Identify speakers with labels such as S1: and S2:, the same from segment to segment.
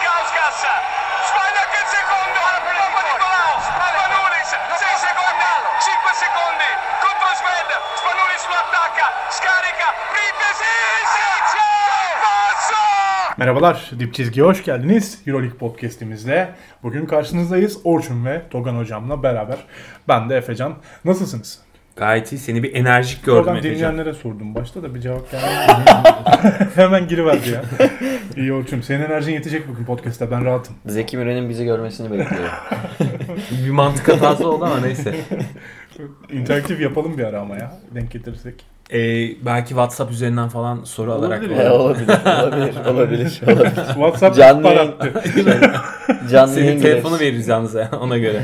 S1: passa. Sbaglia che il secondo. Papa Nicolao. Spanulis. 6 secondi. 5 secondi. Contro Sved. Spanulis lo attacca. Scarica. Pritesis. Passo.
S2: Merhabalar, Dip Çizgi'ye hoş geldiniz. Euroleague Podcast'imizle bugün karşınızdayız. Orçun ve Togan Hocam'la beraber. Ben de Efecan. Nasılsınız?
S3: Gayet iyi. Seni bir enerjik gördüm
S2: Oradan
S3: Efecan.
S2: dinleyenlere sordum. Başta da bir cevap gelmedi. Hemen giriverdi ya. İyi Orçun, senin enerjin yetecek bugün podcast'ta. Ben rahatım.
S4: Zeki Müren'in bizi görmesini bekliyorum.
S3: Bir mantık hatası oldu ama neyse.
S2: İnteraktif yapalım bir ara ama ya. Denk getirirsek.
S3: Ee, belki WhatsApp üzerinden falan soru alarak.
S2: Olabilir
S4: He, olabilir, olabilir, olabilir, olabilir.
S2: WhatsApp
S4: Canlı
S2: ihbar
S4: yayın.
S2: attı.
S4: Canlı
S3: Senin
S4: yayın
S3: telefonu
S4: gireriz.
S3: veririz yalnız ya, ona göre.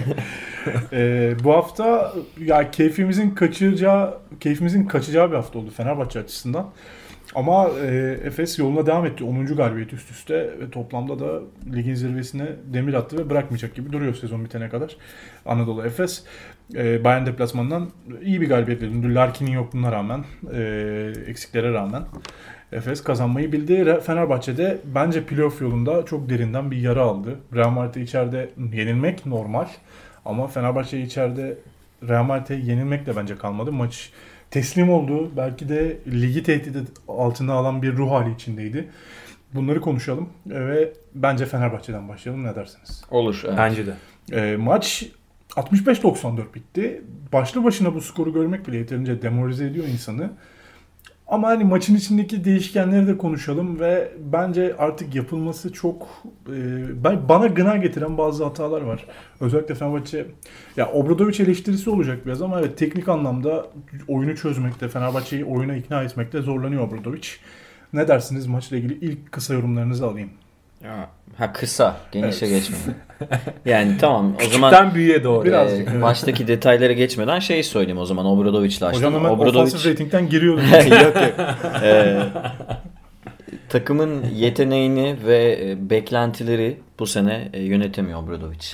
S2: Ee, bu hafta ya keyfimizin kaçacağı, keyfimizin kaçacağı bir hafta oldu Fenerbahçe açısından. Ama e, Efes yoluna devam etti. 10. galibiyet üst üste ve toplamda da ligin zirvesine demir attı ve bırakmayacak gibi duruyor sezon bitene kadar. Anadolu Efes e, Bayern deplasmanından iyi bir galibiyet verildi. Larkin'in yokluğuna rağmen, e, eksiklere rağmen Efes kazanmayı bildi. Re- Fenerbahçe'de bence playoff yolunda çok derinden bir yara aldı. Real Madrid'e içeride yenilmek normal. Ama Fenerbahçe içeride Real Madrid'e yenilmekle bence kalmadı. Maç teslim oldu. Belki de ligi tehdit altına alan bir ruh hali içindeydi. Bunları konuşalım e, ve bence Fenerbahçe'den başlayalım ne dersiniz?
S4: Olur. evet.
S3: Bence de.
S2: E, maç 65-94 bitti. Başlı başına bu skoru görmek bile yeterince demoralize ediyor insanı. Ama hani maçın içindeki değişkenleri de konuşalım ve bence artık yapılması çok e, ben bana gına getiren bazı hatalar var. Özellikle Fenerbahçe ya Obradoviç eleştirisi olacak biraz ama evet teknik anlamda oyunu çözmekte, Fenerbahçe'yi oyuna ikna etmekte zorlanıyor Obradoviç. Ne dersiniz maçla ilgili ilk kısa yorumlarınızı alayım.
S4: Ha kısa, genişe geçmeden. Yani tamam o zaman
S3: Küçükten büyüğe doğru.
S2: Biraz-
S3: Biraz.
S2: birazcık,
S4: e,
S2: evet.
S4: maçtaki detaylara geçmeden şey söyleyeyim o zaman Obradovic'le
S2: Hocam
S4: açtım.
S2: hemen
S4: Obradovic
S2: ofansif ratingden giriyoruz.
S4: Yok, yok. E, takımın yeteneğini ve e, beklentileri bu sene e, yönetemiyor Obradovic.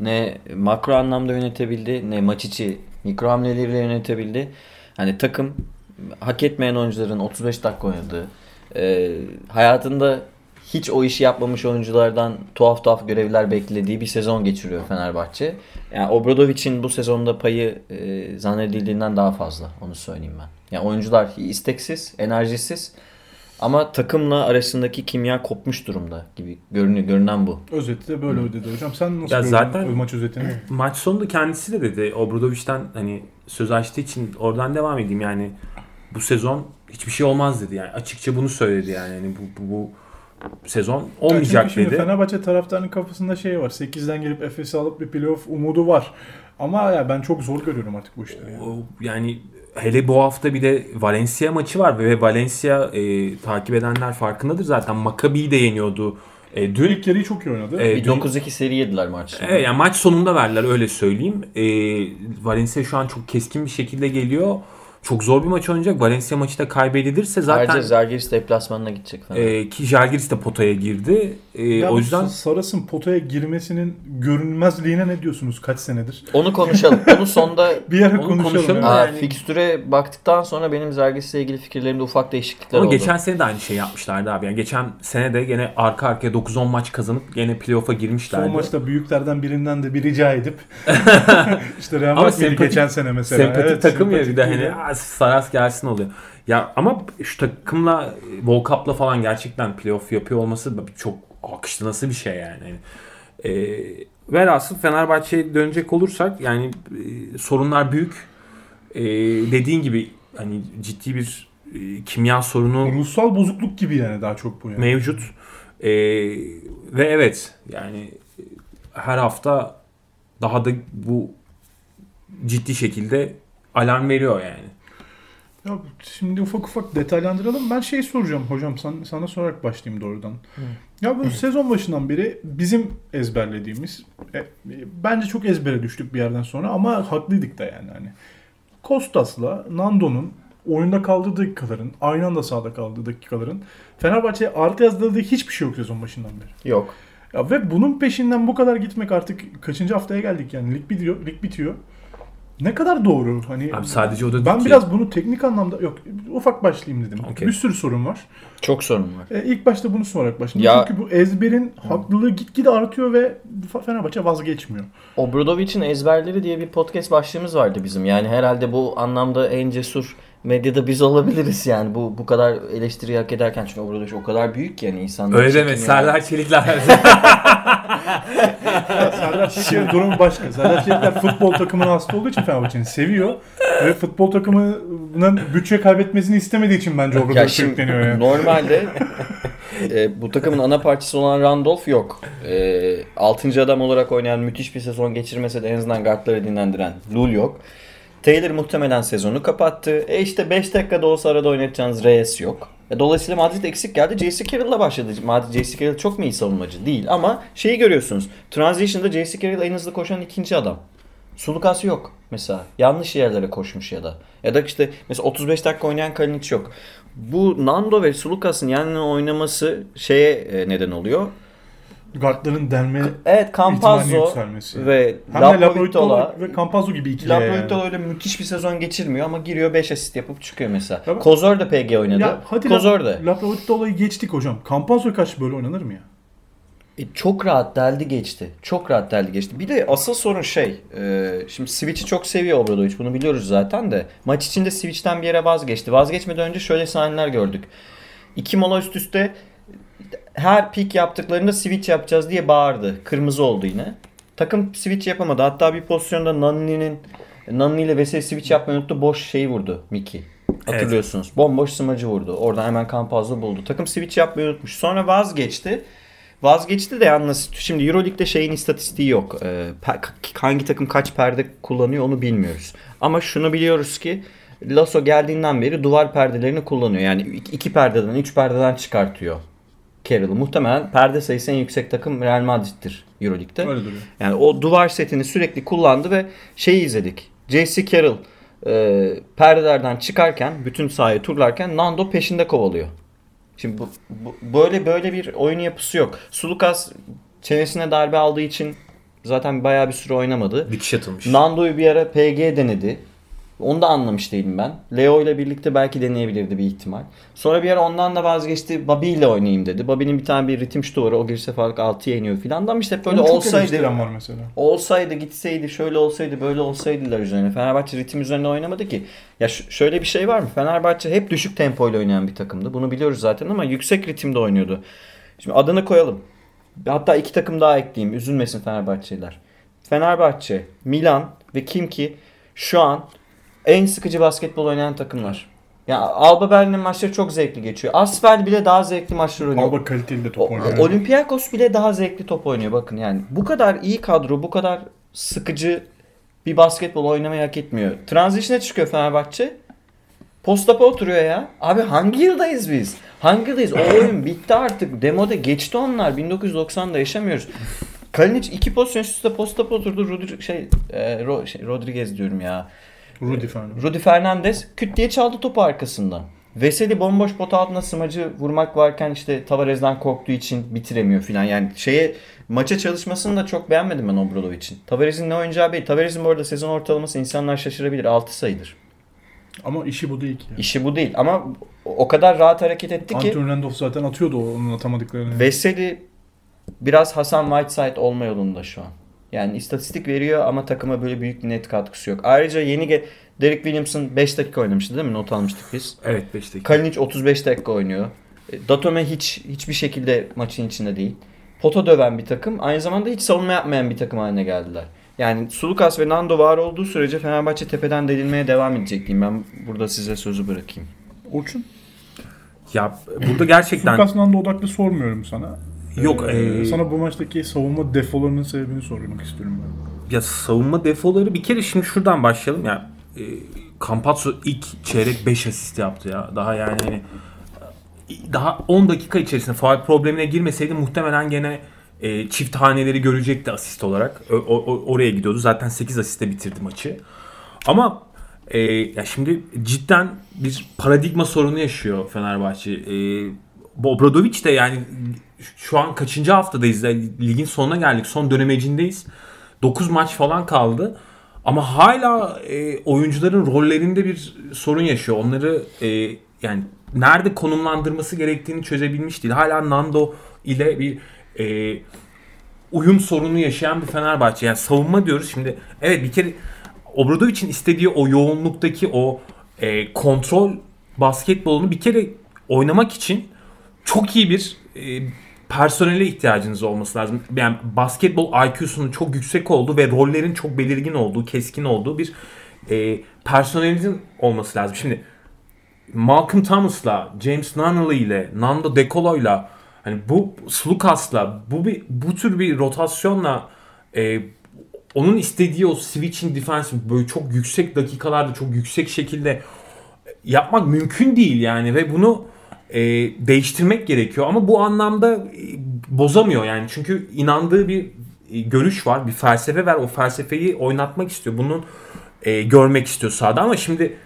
S4: Ne makro anlamda yönetebildi ne maç içi mikro hamleleriyle yönetebildi. Hani takım hak etmeyen oyuncuların 35 dakika oynadığı, e, hayatında hiç o işi yapmamış oyunculardan tuhaf tuhaf görevler beklediği bir sezon geçiriyor Fenerbahçe. Yani Obradovic'in bu sezonda payı e, zannedildiğinden daha fazla onu söyleyeyim ben. Yani oyuncular isteksiz, enerjisiz ama takımla arasındaki kimya kopmuş durumda gibi görünüyor. Görünen bu.
S2: Özeti de böyle ödedi hocam. Sen nasıl
S3: Ya
S2: gördün
S3: zaten-
S2: maç özetini?
S3: Maç sonunda kendisi de dedi. Obradovic'den hani söz açtığı için oradan devam edeyim yani. Bu sezon hiçbir şey olmaz dedi yani. Açıkça bunu söyledi yani. yani bu, bu, bu sezon
S2: Ya çünkü
S3: olmayacak
S2: şimdi
S3: dedi.
S2: Fenerbahçe taraftarının kafasında şey var. 8'den gelip Efes'i alıp bir playoff umudu var. Ama ya ben çok zor görüyorum artık bu işleri. ya.
S3: O- Yani hele bu hafta bir de Valencia maçı var ve Valencia e, takip edenler farkındadır zaten. Maccabi'yi de yeniyordu e, dün.
S2: İlk yarıyı çok iyi oynadı.
S3: E,
S4: Bir
S3: dün-
S4: 9-2 seri yediler maçta.
S3: Evet, yani maç sonunda verdiler öyle söyleyeyim. E, Valencia şu an çok keskin bir şekilde geliyor. Çok zor bir maç oynayacak. Valencia maçı da kaybedilirse zaten
S4: Ayrıca Zalgiris deplasmanına gidecek falan.
S3: e, ki Jalgiris de potaya girdi. E,
S2: Ya
S3: o
S2: bu
S3: yüzden
S2: Saras'ın potaya girmesinin görünmezliğine ne diyorsunuz kaç senedir?
S4: Onu konuşalım. Onu sonda
S2: Bir ara
S3: Onu
S2: konuşalım.
S3: konuşalım.
S2: ya.
S4: Aa,
S3: Yani-
S4: fikstüre baktıktan sonra benim Zalgiris'le ilgili fikirlerimde ufak değişiklikler
S3: ama
S4: oldu.
S3: geçen sene de aynı şey yapmışlardı abi. Yani geçen sene de gene arka arkaya 9-10 maç kazanıp gene playoff'a girmişlerdi.
S2: Son maçta büyüklerden birinden de bir rica edip işte Real
S3: Ama
S2: Madrid'i
S3: sempatik-
S2: geçen sene mesela.
S3: Sempati
S2: Evet,
S3: takım ya
S2: sempatik
S3: bir de
S2: değil
S3: hani
S2: ya.
S3: "Aa, Saras gelsin oluyor. Ya ama şu takımla e, World Cup'la falan gerçekten playoff yapıyor olması çok akışlı nasıl bir şey yani. Hani, E, velhasıl Fenerbahçe'ye dönecek olursak yani e, sorunlar büyük. E, dediğin gibi hani ciddi bir e, kimya sorunu
S2: Ruhsal bozukluk gibi yani daha çok bu yani.
S3: mevcut. Ee, ve evet yani e, her hafta daha da bu ciddi şekilde alarm veriyor yani.
S2: Ya şimdi ufak ufak detaylandıralım. Ben şey soracağım hocam sen, sana sorarak başlayayım doğrudan. Ya bu sezon başından beri bizim ezberlediğimiz e, e, bence çok ezbere düştük bir yerden sonra ama haklıydık da yani hani. Kostas'la Nando'nun oyunda kaldığı dakikaların, aynı anda sahada kaldığı dakikaların Fenerbahçe'ye artı yazdığı hiçbir şey yok sezon başından beri.
S4: Yok.
S2: Ya ve bunun peşinden bu kadar gitmek artık kaçıncı haftaya geldik yani lig bitiyor, lig bitiyor. Ne kadar doğru. Hani
S3: Abi sadece o da
S2: ben
S3: değil ki.
S2: biraz bunu teknik anlamda yok ufak başlayayım dedim.
S3: Okey.
S2: Bir sürü sorun var.
S4: Çok sorun var.
S2: E, ilk başta bunu sorarak başladım.
S4: Ya-
S2: Çünkü bu ezberin haklılığı gitgide artıyor ve Fa- Fenerbahçe vazgeçmiyor.
S4: Obradovic'in ezberleri diye bir podcast başlığımız vardı bizim. Yani herhalde bu anlamda en cesur medyada biz olabiliriz yani bu bu kadar eleştiri hak ederken çünkü Obradovic o kadar büyük ki yani insanlar.
S3: Öyle deme.
S4: çekiniyor.
S3: Serdar Çelikler.
S2: Serdar Çelikler'in durumu başka. Serdar Çelikler futbol takımına hasta olduğu için Fenerbahçe'ni seviyor. Ve futbol takımının bütçe kaybetmesini istemediği için bence
S4: Ya
S2: Obradovic
S4: şimdi
S2: yükleniyor ya.
S4: normalde e, bu takımın ana parçası olan Randolph yok. E, 6. adam olarak oynayan müthiş bir sezon geçirmese de en azından guardları dinlendiren Lul yok. Taylor muhtemelen sezonu kapattı. E işte 5 dakikada olsa arada oynatacağınız Reyes yok. E dolayısıyla Madrid eksik geldi. J.C. Carroll'la başladı. Madrid J.C. Carroll çok mu iyi savunmacı? Değil ama şeyi görüyorsunuz. Transition'da J.C. Carroll en hızlı koşan ikinci adam. Sulukas yok mesela. Yanlış yerlere koşmuş ya da. Ya da işte mesela 35 dakika oynayan Kalinic yok. Bu Nando ve Sulukas'ın yan yana oynaması şeye e, neden oluyor.
S2: Guardların denme
S4: Evet
S2: ihtimalinin
S4: Campazzo
S2: yükselmesi.
S4: ve
S2: Hem de
S4: Laproitola
S2: Laproitola ve Campazzo gibi ikili. yani.
S4: Laproitola öyle müthiş bir sezon geçirmiyor ama giriyor 5 asist yapıp çıkıyor mesela.
S2: Tabii.
S4: Kozor da PG oynadı.
S2: Ya hadi
S4: Kozor
S2: La-
S4: da.
S2: Laproitola'yı geçtik hocam. Campazzo kaç böyle oynanır mı ya?
S4: E, çok rahat deldi geçti. Çok rahat deldi geçti. Bir de asıl sorun şey. e, şimdi Switch'i çok seviyor Obradovic. Bunu biliyoruz zaten de. Maç içinde Switch'ten bir yere vazgeçti. Vazgeçmeden önce şöyle sahneler gördük. İki mola üst üste her pik yaptıklarında switch yapacağız diye bağırdı. Kırmızı oldu yine. Takım switch yapamadı. Hatta bir pozisyonda Nani'nin Nani ile Vesey switch yapmayı unuttu. Boş şeyi vurdu Miki. Hatırlıyorsunuz. Bomboş smacı vurdu. Oradan hemen Campazzo buldu. Takım switch yapmayı unutmuş. Sonra vazgeçti. Vazgeçti de yalnız şimdi Euroleague'de şeyin istatistiği yok. Ee, pe- hangi takım kaç perde kullanıyor onu bilmiyoruz. Ama şunu biliyoruz ki Lasso geldiğinden beri duvar perdelerini kullanıyor. Yani ik- iki perdeden, üç perdeden çıkartıyor Carroll'ı. Muhtemelen perde sayısı en yüksek takım Real Madrid'dir Euroleague'de.
S2: Öyle duruyor.
S4: Yani o duvar setini sürekli kullandı ve şeyi izledik. J.C. Carroll e, perdelerden çıkarken, bütün sahayı turlarken Nando peşinde kovalıyor. Şimdi bu, bu- böyle böyle bir oyun yapısı yok. Sulukas çenesine darbe aldığı için zaten bayağı bir süre oynamadı.
S3: Dikiş atılmış.
S4: Nando'yu bir ara PG denedi. Onu da anlamış değilim ben. Leo ile birlikte belki deneyebilirdi bir ihtimal. Sonra bir ara ondan da vazgeçti. Bobby ile oynayayım dedi. Bobby'nin bir tane bir ritim şutu var. O girse fark 6'ya iniyor filan. da Ama işte hep böyle
S2: Onu çok
S4: olsaydı
S2: eleştiren var mesela.
S4: olsaydı gitseydi şöyle olsaydı böyle olsaydılar üzerine. Fenerbahçe ritim üzerine oynamadı ki. Ya ş- şöyle bir şey var mı? Fenerbahçe hep düşük tempoyla oynayan bir takımdı. Bunu biliyoruz zaten ama yüksek ritimde oynuyordu. Şimdi adını koyalım. Hatta iki takım daha ekleyeyim. Üzülmesin Fenerbahçeliler. Fenerbahçe, Milan ve kim ki şu an en sıkıcı basketbol oynayan takımlar. Ya Alba Berlin'in maçları çok zevkli geçiyor. Asfel bile daha zevkli maçlar oynuyor.
S2: Alba kaliteli de top
S4: O-
S2: oynuyor.
S4: Olympiakos bile daha zevkli top oynuyor bakın yani. Bu kadar iyi kadro, bu kadar sıkıcı bir basketbol oynamayı hak etmiyor. Transition'e çıkıyor Fenerbahçe. Postapa oturuyor ya. Abi hangi yıldayız biz? Hangi yıldayız? O oyun bitti artık. Demode geçti onlar. 1990'da yaşamıyoruz. Kalinic iki pozisyon üst üste postapa oturdu. Rodri, şey, e, Ro- şey, Rodriguez diyorum ya.
S2: Rudy Fernandes.
S4: Rudy Fernandez küt diye çaldı topu arkasından. Veseli bomboş pot altına smacı vurmak varken işte Tavares'den korktuğu için bitiremiyor filan. Yani şeye maça çalışmasını da çok beğenmedim ben Obradoviç'in. Tavares'in ne oynayacağı belli. Tavares'in bu arada sezon ortalaması insanlar şaşırabilir. 6 sayıdır.
S2: Ama işi bu değil ki.
S4: İşi bu değil ama o kadar rahat hareket etti ki
S2: Anthony Randolph zaten atıyordu onun atamadıklarını.
S4: Veseli biraz Hasan Whiteside olma yolunda şu an. Yani istatistik veriyor ama takıma böyle büyük bir net katkısı yok. Ayrıca yeni ge- Derek Williamson 5 dakika oynamıştı değil mi? Not almıştık biz.
S3: Evet 5 dakika.
S4: Kalinic 35 dakika oynuyor. E, Datome hiç hiçbir şekilde maçın içinde değil. Pota döven bir takım. Aynı zamanda hiç savunma yapmayan bir takım haline geldiler. Yani Sulukas ve Nando var olduğu sürece Fenerbahçe tepeden delinmeye devam edecek diyeyim. Ben burada size sözü bırakayım.
S2: Orçun.
S3: Ya burada gerçekten
S2: Lucas Nando odaklı sormuyorum sana.
S3: yok. e,
S2: Ee,
S3: eee,
S2: sana bu maçtaki savunma defolarının sebebini sormak istiyorum ben.
S3: Ya savunma defoları bir kere şimdi şuradan başlayalım ya. E, Campazzo ilk çeyrek 5 asist yaptı ya. Daha yani hani e, daha 10 dakika içerisinde faal problemine girmeseydi muhtemelen gene e, çift haneleri görecekti asist olarak. Ö- o- o- oraya gidiyordu. Zaten 8 asiste bitirdi maçı. Ama e, ya şimdi cidden bir paradigma sorunu yaşıyor Fenerbahçe. E, Obradovic de yani şu an kaçıncı haftadayız? Ligin sonuna geldik. Son dönemecindeyiz. 9 maç falan kaldı. Ama hala e, oyuncuların rollerinde bir sorun yaşıyor. Onları e, yani nerede konumlandırması gerektiğini çözebilmiş değil. Hala Nando ile bir e, uyum sorunu yaşayan bir Fenerbahçe. Yani savunma diyoruz şimdi. Evet bir kere Obradovic'in istediği o yoğunluktaki o e, kontrol basketbolunu bir kere oynamak için çok iyi bir e, personele ihtiyacınız olması lazım. Yani basketbol IQ'sunun çok yüksek olduğu ve rollerin çok belirgin olduğu, keskin olduğu bir e, personelinizin olması lazım. Şimdi Malcolm Thomas'la, James Nunnally ile, Nando De Colo'yla hani bu Slukas'la bu bir bu tür bir rotasyonla e, onun istediği o switching defense böyle çok yüksek dakikalarda çok yüksek şekilde yapmak mümkün değil yani ve bunu e, değiştirmek gerekiyor ama bu anlamda e, bozamıyor yani çünkü inandığı bir e, görüş var bir felsefe var o felsefeyi oynatmak istiyor bunun e, görmek istiyor sahada ama şimdi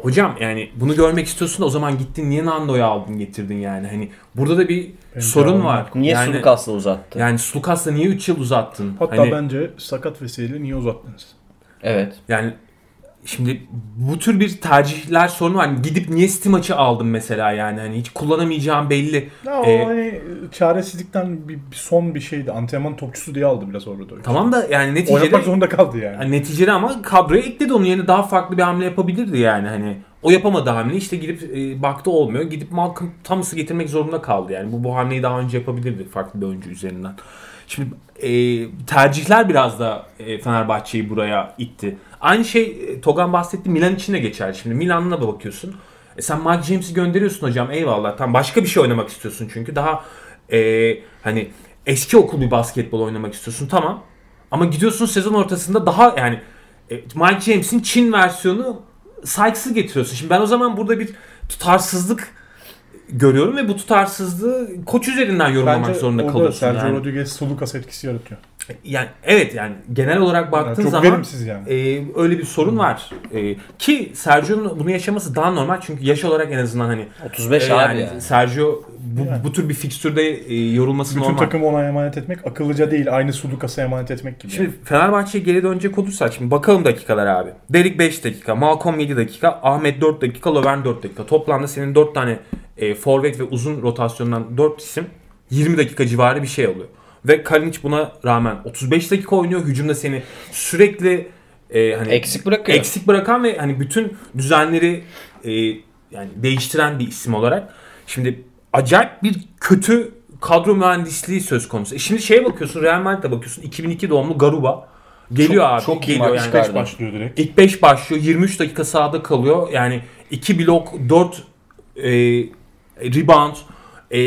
S3: hocam yani bunu görmek istiyorsun da o zaman gittin niye Nando'yu aldın getirdin yani hani burada da bir sorun var
S4: Niye
S3: yani,
S4: Sulukas'la uzattı?
S3: yani Slukas'la niye 3 yıl uzattın
S2: Hatta
S3: Hani-
S2: bence sakat vesile niye uzattınız?
S4: Evet.
S3: Yani şimdi bu tür bir tercihler sorunu var. Hani Gidip niye Steam maçı aldım mesela yani hani hiç kullanamayacağım belli.
S2: Ya o
S3: Ee,
S2: hani çaresizlikten bir, bir son bir şeydi. Antrenman topçusu diye aldı biraz orada.
S3: Tamam Hani da yani neticede
S2: Oynatmak zorunda kaldı yani.
S3: yani neticede ama kadroya ekledi onun yerine daha farklı bir hamle yapabilirdi yani hani. O yapamadı hamle işte gidip e, baktı olmuyor. Gidip Malcolm Thomas'ı getirmek zorunda kaldı yani. Bu, bu hamleyi daha önce yapabilirdi farklı bir oyuncu üzerinden. Şimdi e, tercihler biraz da e, Fenerbahçe'yi buraya itti. Aynı şey e, Togan bahsetti Milan için de geçerli. Şimdi Milan'la da bakıyorsun. E, sen Mike James'i gönderiyorsun hocam eyvallah. Tam başka bir şey oynamak istiyorsun çünkü. Daha e, hani eski okul bir basketbol oynamak istiyorsun tamam. Ama gidiyorsun sezon ortasında daha yani e, Mike James'in Çin versiyonu Sykes'ı getiriyorsun. Şimdi ben o zaman burada bir tutarsızlık görüyorum ve bu tutarsızlığı koç üzerinden yorumlamak zorunda
S2: orada
S3: kalıyorsun.
S2: Sergio
S3: yani.
S2: Rodriguez Sulukas etkisi yaratıyor.
S3: Yani evet yani genel olarak
S2: Yani
S3: baktığın
S2: çok
S3: zaman
S2: verimsiz yani.
S3: e, öyle bir sorun var. E, ki Sergio'nun bunu yaşaması daha normal çünkü yaş olarak en azından hani
S4: 35
S3: e,
S4: abi.
S3: yani,
S4: Yani.
S3: Sergio bu, bu tür bir fikstürde e, yorulması
S2: Bütün
S3: normal.
S2: takımı ona emanet etmek akıllıca değil. Aynı Sulukas'a emanet etmek gibi.
S3: Şimdi Fenerbahçe'ye geri dönecek olursak şimdi bakalım dakikalar abi. Derik 5 dakika, Malcolm 7 dakika, Ahmet 4 dakika, Löwen 4 dakika. Toplamda senin 4 tane e, forvet ve uzun rotasyondan 4 isim 20 dakika civarı bir şey oluyor. Ve Kalinic buna rağmen 35 dakika oynuyor. Hücumda seni sürekli e, hani
S4: Eksik bırakıyor.
S3: eksik bırakan ve hani bütün düzenleri e, yani değiştiren bir isim olarak. Şimdi acayip bir kötü kadro mühendisliği söz konusu. E şimdi şeye bakıyorsun Real Madrid'e bakıyorsun 2002 doğumlu Garuba geliyor abi.
S4: çok iyi
S3: geliyor
S4: maç
S3: yani.
S4: çıkardı.
S2: Kaç başlıyor direkt.
S3: İlk 5 başlıyor 23 dakika sahada kalıyor. Yani 2 blok 4 e, rebound e,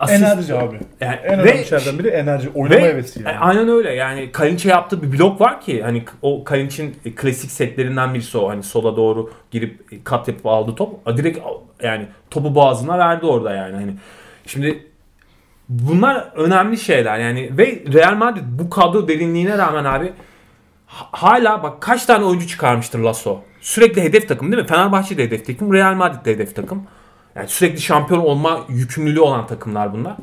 S3: asist.
S2: Enerji abi.
S3: Yani
S2: En
S3: ve-
S2: önemli şeylerden biri enerji. Oynama
S3: ve
S2: hevesi yani.
S3: e, aynen öyle yani Kalinç'e yaptığı bir blok var ki hani k- o Kalinç'in e, klasik setlerinden birisi o hani sola doğru girip e, kat yapıp aldı top a, direkt al- yani topu boğazına verdi orada yani hani şimdi bunlar önemli şeyler yani ve Real Madrid bu kadro derinliğine rağmen abi h- hala bak kaç tane oyuncu çıkarmıştır Lasso sürekli hedef takım değil mi Fenerbahçe de hedef takım Real Madrid de hedef takım yani sürekli şampiyon olma yükümlülüğü olan takımlar bunlar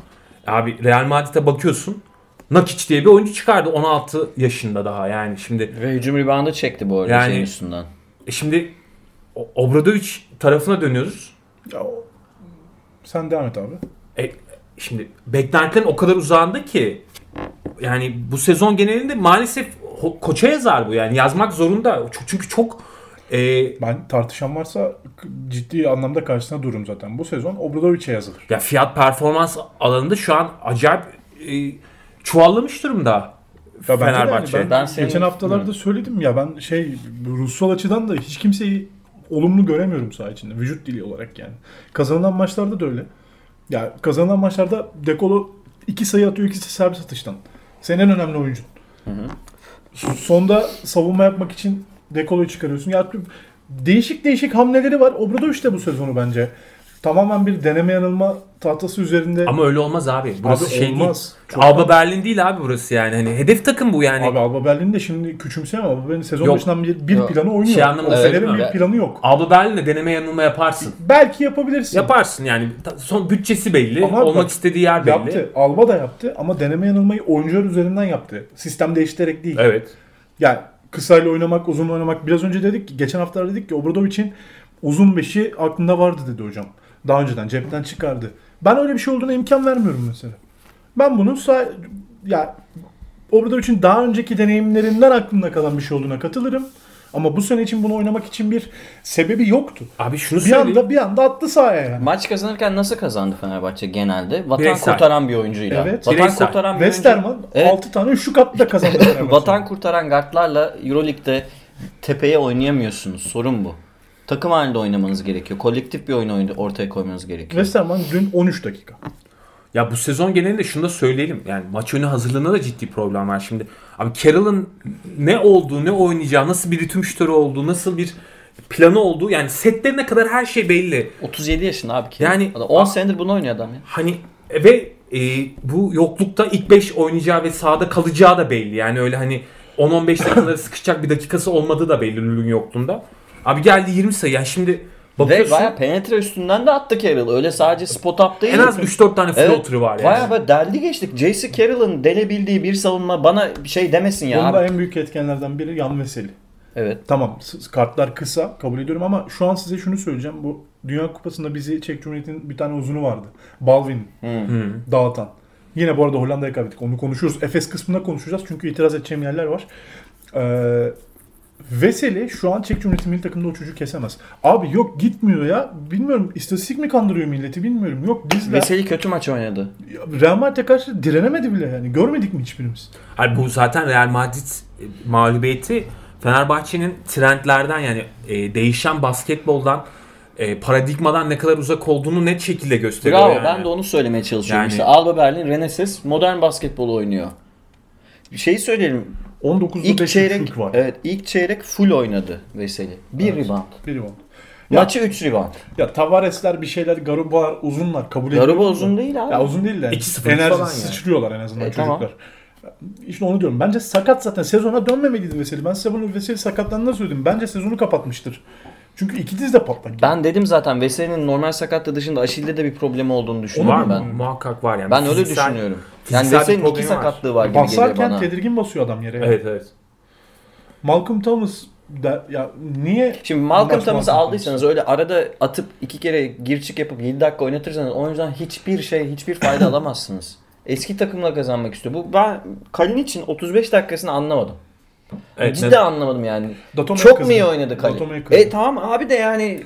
S3: E abi Real Madrid'e bakıyorsun Nakic diye bir oyuncu çıkardı 16 yaşında daha yani şimdi
S4: Ve hücum ribandı çekti bu arada
S3: Yani-
S4: şeyin üstünden.
S3: e şimdi O- Obradovic tarafına dönüyoruz.
S2: Ya o- Sen devam et abi.
S3: E, şimdi beklentilerin o kadar uzağında ki yani bu sezon genelinde maalesef ho- koça yazar bu yani yazmak zorunda Ç- çünkü çok e,
S2: Ben tartışan varsa k- ciddi anlamda karşısına dururum zaten. Bu sezon Obradovic'e yazılır.
S3: ya fiyat performans alanında şu an acayip e, çuvallamış durumda
S2: Ya bence de
S3: Fenerbahçe.
S2: yani ben,
S4: Ben senin-
S2: geçen haftalarda söyledim ya ben şey ruhsal açıdan da hiç kimseyi olumlu göremiyorum saha içinde. Vücut dili olarak yani. Kazanılan maçlarda da öyle. Ya kazanılan maçlarda Dekolo iki sayı atıyor, ikisi servis atıştan. Senin en önemli oyuncun. Sonda savunma yapmak için Dekolo'yu çıkarıyorsun. Ya değişik değişik hamleleri var. Obradoviç de bu sezonu bence. Tamamen bir deneme yanılma tahtası üzerinde.
S3: ama öyle olmaz abi burası
S2: Abi
S3: şey
S2: olmaz.
S3: değil Alba Berlin değil abi burası yani hani hedef takım bu yani
S2: Abi Alba Berlin'i de şimdi küçümseyemem. Alba Berlin sezon
S3: Yok.
S2: başından bir, bir
S4: Yok.
S2: planı oynuyor.
S3: Şey anlamı-
S2: o
S3: Evet,
S2: senelerin
S3: değil mi?
S2: bir planı yok.
S3: Alba Berlin'de deneme yanılma yaparsın
S2: Belki yapabilirsin.
S3: yaparsın yani Ta- son bütçesi belli
S2: Ama
S3: olmak
S2: bak,
S3: istediği yer belli
S2: Yaptı. Alba da yaptı ama deneme yanılmayı oyuncular üzerinden yaptı. Sistem değiştirerek değil.
S3: evet
S2: Yani kısayla oynamak, uzun oynamak. Biraz önce dedik ki, geçen hafta dedik ki Obradovic'in uzun beşi aklında vardı dedi hocam. Daha önceden cepten çıkardı. Ben öyle bir şey olduğuna imkan vermiyorum mesela. Ben bunun sa- ya Obradovic'in daha önceki deneyimlerinden aklımda kalan bir şey olduğuna katılırım. Ama bu sene için bunu oynamak için bir sebebi yoktu.
S3: Abi şunu
S2: Bir
S3: söyleyeyim.
S2: anda bir anda attı sahaya yani.
S4: Maç kazanırken nasıl kazandı Fenerbahçe genelde? Vatan
S3: Bireysel.
S4: kurtaran bir oyuncuyla.
S2: Evet.
S4: Vatan
S3: Bireysel.
S4: kurtaran bir
S2: Westerman
S4: Evet.
S2: 6 tane üçlük attı da kazandı.
S4: oyuncu.
S2: Fenerbahçe.
S4: Vatan kurtaran gardlarla EuroLeague'de tepeye oynayamıyorsunuz. Sorun bu. Takım halinde oynamanız gerekiyor. Kolektif bir oyun oyun- ortaya koymanız gerekiyor.
S2: Westerman dün 13 dakika.
S3: Ya bu sezon genelinde şunu da söyleyelim. Yani maç önü hazırlığında da ciddi problem var şimdi. Abi Carroll'ın ne olduğu, ne oynayacağı, nasıl bir ritim şütörü olduğu, nasıl bir planı olduğu yani setlerine kadar her şey belli.
S4: 37 yaşında abi ki.
S3: Yani-
S4: Yani 10 senedir bunu oynuyor adam ya.
S3: Hani e, ve e, bu yoklukta ilk 5 oynayacağı ve sahada kalacağı da belli. Yani öyle hani 10-15 dakikaları sıkışacak bir dakikası olmadığı da belli Lül'ün yokluğunda. Abi geldi 20 sayı. Yani şimdi
S4: Ve
S3: bakıyorsun
S4: baya penetre üstünden de attı Carroll. Öyle sadece spot up değil.
S3: en az 3-4 tane
S4: Evet.
S3: floater'ı var yani.
S4: Baya böyle deldi geçtik. J.C. Carroll'ın delebildiği bir savunma bana bir şey demesin ya.
S2: Bunda
S4: Abi.
S2: en büyük etkenlerden biri yan meseli.
S4: Evet.
S2: Tamam s- kartlar kısa kabul ediyorum ama şu an size şunu söyleyeceğim. Bu Dünya Kupası'nda bizi Çek Cumhuriyeti'nin bir tane uzunu vardı. Balvin
S4: Hmm.
S2: dağıtan. Yine bu arada Hollanda'ya kaybettik. Onu konuşuruz. Efes kısmında konuşacağız çünkü itiraz edeceğim yerler var. Ee, Veseli şu an Çek Cumhuriyeti milli takımda o çocuğu kesemez. Abi yok gitmiyor ya. Bilmiyorum istatistik mi kandırıyor milleti bilmiyorum. Yok bizler
S4: Veseli kötü maç oynadı.
S2: Real Madrid'e karşı direnemedi bile yani. Görmedik mi hiçbirimiz?
S3: Hayır, bu zaten Real Madrid e, mağlubiyeti Fenerbahçe'nin trendlerden yani e, değişen basketboldan e, paradigmadan ne kadar uzak olduğunu net şekilde gösteriyor.
S4: Bravo
S3: yani.
S4: ben de onu söylemeye çalışıyorum.
S3: Yani-
S4: İşte Alba Berlin, Reneses modern basketbol oynuyor. Bir şey söyleyelim.
S2: 19'da
S4: İlk
S2: 5
S4: çeyrek, e-
S2: çeyrek var.
S4: evet, ilk çeyrek full oynadı Veseli. Bir rebound.
S2: Biri oldu. Ya-
S4: Maçı 3 rebound.
S2: Ya Tavaresler bir şeyler Garuba uzunlar kabul ediyor.
S4: Garuba uzun değil abi.
S2: Ya uzun değil de.
S3: 2-0
S2: enerji
S3: falan yani.
S2: sıçrıyorlar en azından
S4: E,
S2: çocuklar.
S4: tamam.
S2: İşte onu diyorum. Bence sakat zaten. Sezona dönmemeliydi Veseli. Ben size bunu Veseli sakatlandığında söyledim. Bence sezonu kapatmıştır. Çünkü iki diz de patlak.
S4: Ben dedim zaten Veseli'nin normal sakatlığı dışında Aşil'de de bir problemi olduğunu
S3: var
S4: düşünüyorum
S3: mı?
S4: ben.
S3: Muhakkak var yani.
S4: Ben öyle
S3: Fiziksel-
S4: düşünüyorum. Yani
S3: fiziksel bir
S4: Veseli'nin iki
S3: problemi var.
S4: sakatlığı var gibi geliyor
S2: Basarken
S4: bana.
S2: tedirgin basıyor adam yere.
S3: Evet evet.
S2: Malcolm Thomas da, ya niye
S4: Şimdi
S2: Maç
S4: Malcolm
S2: Malcolm
S4: Thomas'ı
S2: Thomas.
S4: aldıysanız öyle arada atıp iki kere gir çık yapıp 7 dakika oynatırsanız oyuncudan hiçbir şey, hiçbir fayda alamazsınız. Eski takımla kazanmak istiyor. Bu ben Kalin için 35 dakikasını anlamadım.
S3: evet
S4: Cidden
S3: neden-
S4: anlamadım yani.
S2: Datomey
S4: Çok mu
S2: kızgın?
S4: iyi oynadı
S2: Datomey
S4: Kalin?
S2: kızgın.
S4: E tamam abi de yani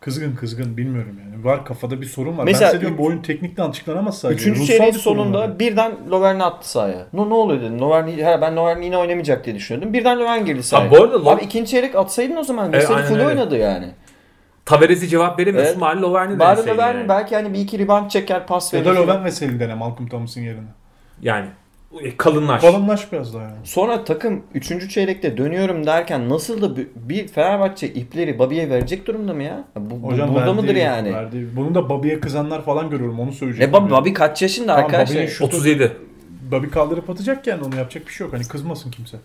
S2: Kızgın kızgın bilmiyorum yani. Var kafada bir sorun var. ben
S4: Mesela
S2: size diyorum bu oyun teknikle açıklanamaz sadece.
S4: 3.
S2: Ruhsal
S4: çeyreğin
S2: bir sorun
S4: sonunda
S2: var.
S4: birden Lovern'i attı sahaya. No, ne oluyor dedim. Lovern, ha, ben Lovern yine oynamayacak diye düşünüyordum. Birden Lovern girdi sahaya.
S3: bu arada Lo-
S4: Abi ikinci çeyrek atsaydın o zaman. Mesela
S3: aynen
S4: full
S3: öyle.
S4: oynadı yani.
S3: Taverez'i cevap veremiyorsun.
S4: Evet.
S3: Bari Lovern'i
S4: Bari
S3: deneseydin
S4: Lovern
S3: yani.
S4: belki hani bir iki rebound çeker pas
S2: Ya da
S4: verir.
S2: Löwen Veseli dene Malcolm Thomas'ın yerine.
S3: Yani e, kalınlaş.
S2: Kalınlaş biraz daha yani.
S4: Sonra takım 3. çeyrekte dönüyorum derken nasıl da bir- bir Fenerbahçe ipleri Babi'ye verecek durumda mı ya? Bu, bu-
S2: Hocam
S4: burada
S2: verdiği-
S4: mıdır yani?
S2: verdiği- Bunu da Babi'ye kızanlar falan görüyorum onu söyleyeceğim.
S4: E Babi, Babi kaç yaşında
S2: Tamam,
S4: arkadaşlar?
S2: Babi'nin şu-
S3: 37.
S2: Babi kaldırıp atacak yani onu yapacak bir şey yok. Hani kızmasın kimse.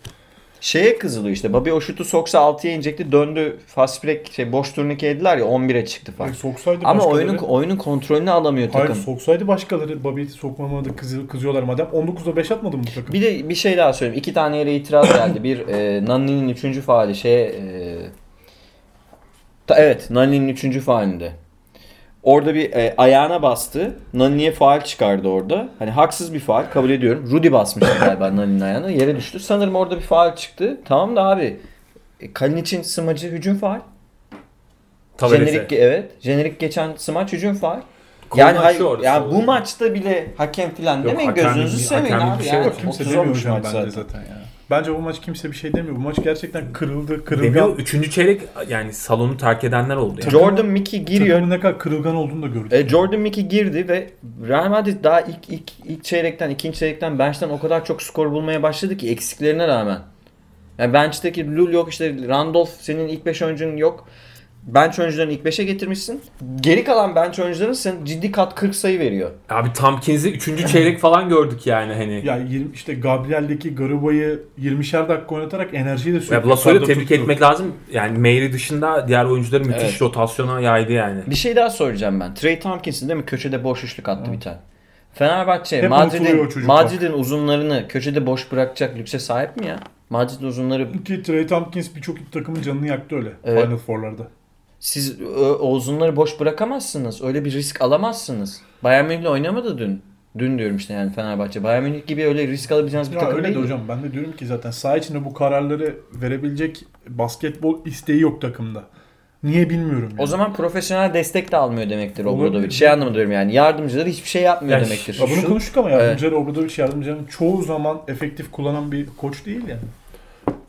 S4: Şeye kızılıyor işte. Babi o şutu soksa 6'ya inecekti. Döndü fast break şey boş turnike yediler ya 11'e çıktı falan.
S2: Yani soksaydı
S4: Ama
S2: başkaları...
S4: oyunun oyunun kontrolünü alamıyor
S2: Hayır
S4: takım.
S2: soksaydı başkaları Babi'yi sokmamadı kızı, kızıyorlar madem. 19'da 5 atmadı mı bu takım?
S4: Bir de bir şey daha söyleyeyim. İki tane yere itiraz geldi. Bir e, Nani'nin üçüncü faali şey e, ta- evet Nani'nin üçüncü faalinde. Orada bir e, ayağına bastı. Nani'ye faal çıkardı orada. Hani haksız bir faal kabul ediyorum. Rudy basmıştı galiba Nani'nin ayağına. Yere düştü. Sanırım orada bir faal çıktı. Tamam da abi e, Kalin için smacı hücum faal.
S3: Taverez'e.
S4: Jenerik evet. Jenerik geçen smaç hücum faal.
S3: Kolunu
S4: Yani, hay-
S3: açıyor orası.
S4: yani bu maçta bile hakem filan
S3: Yok,
S4: demeyin
S3: hakem-
S4: gözünüzü
S3: hakem
S4: seveyim
S3: bir
S4: abi.
S3: şey
S4: yani.
S3: yok.
S2: kimse
S4: 30
S2: demiyor
S4: olmuş
S2: hocam
S4: maç
S2: bence zaten.
S4: zaten.
S2: ya. Bence bu maç kimse bir şey demiyor. Bu maç gerçekten kırıldı,
S3: Demiyor.
S2: kırılgan.
S3: Üçüncü çeyrek yani salonu terk edenler oldu. Yani.
S4: Jordan Mickey giriyor.
S2: Takımın ne kadar kırılgan olduğunu da gördük.
S4: E, Jordan Mickey girdi ve Real Madrid daha ilk, ilk, ilk çeyrekten, ikinci çeyrekten bench'ten o kadar çok skor bulmaya başladı ki eksiklerine rağmen. Yani bench'teki Lul yok işte Randolph senin ilk 5 oyuncun yok. Bench oyuncularını ilk 5'e getirmişsin. Geri kalan bench oyuncuların sen ciddi kat 40 sayı veriyor.
S3: Abi Tompkins'i üçüncü çeyrek falan gördük yani hani.
S2: Ya 20, işte Gabriel'deki Garuba'yı 20'şer dakika oynatarak enerjiyi de
S3: Ya
S2: sürekli
S3: Blasoy'u
S2: yukarıda
S3: tebrik
S2: tuttu.
S3: etmek lazım. Yani Meyri dışında diğer oyuncuları müthiş
S4: Evet.
S3: rotasyona yaydı yani.
S4: Bir şey daha soracağım ben. Trey Tompkins'in değil mi? Köşede boş üçlük attı bir tane. Fenerbahçe
S2: Hep unutuluyor o
S4: Madrid'in,
S2: çocuklar.
S4: Madrid'in uzunlarını köşede boş bırakacak lükse sahip mi ya? Madrid'in uzunları
S2: Ki Trey Tompkins birçok takımın canını yaktı öyle.
S4: Evet.
S2: Final Four'larda.
S4: siz ö, o uzunları boş bırakamazsınız. Öyle bir risk alamazsınız. Bayern Münih'le oynamadı dün. Dün diyorum işte yani Fenerbahçe. Bayern Münih gibi öyle risk alabileceğiniz bir
S2: Ya
S4: takım
S2: öyle
S4: değil.
S2: de hocam ben de diyorum ki zaten saha içinde bu kararları verebilecek basketbol isteği yok takımda. Niye bilmiyorum.
S4: O
S2: yani.
S4: zaman profesyonel destek de almıyor demektir Obradovic.
S2: Olabilir.
S4: Şey anlamı diyorum yani yardımcıları hiçbir şey yapmıyor
S3: Ya
S4: demektir.
S2: Ya bunu
S3: Şu-
S2: konuştuk ama yardımcıları Obradoviç yardımcılarının çoğu zaman efektif kullanan bir koç değil yani.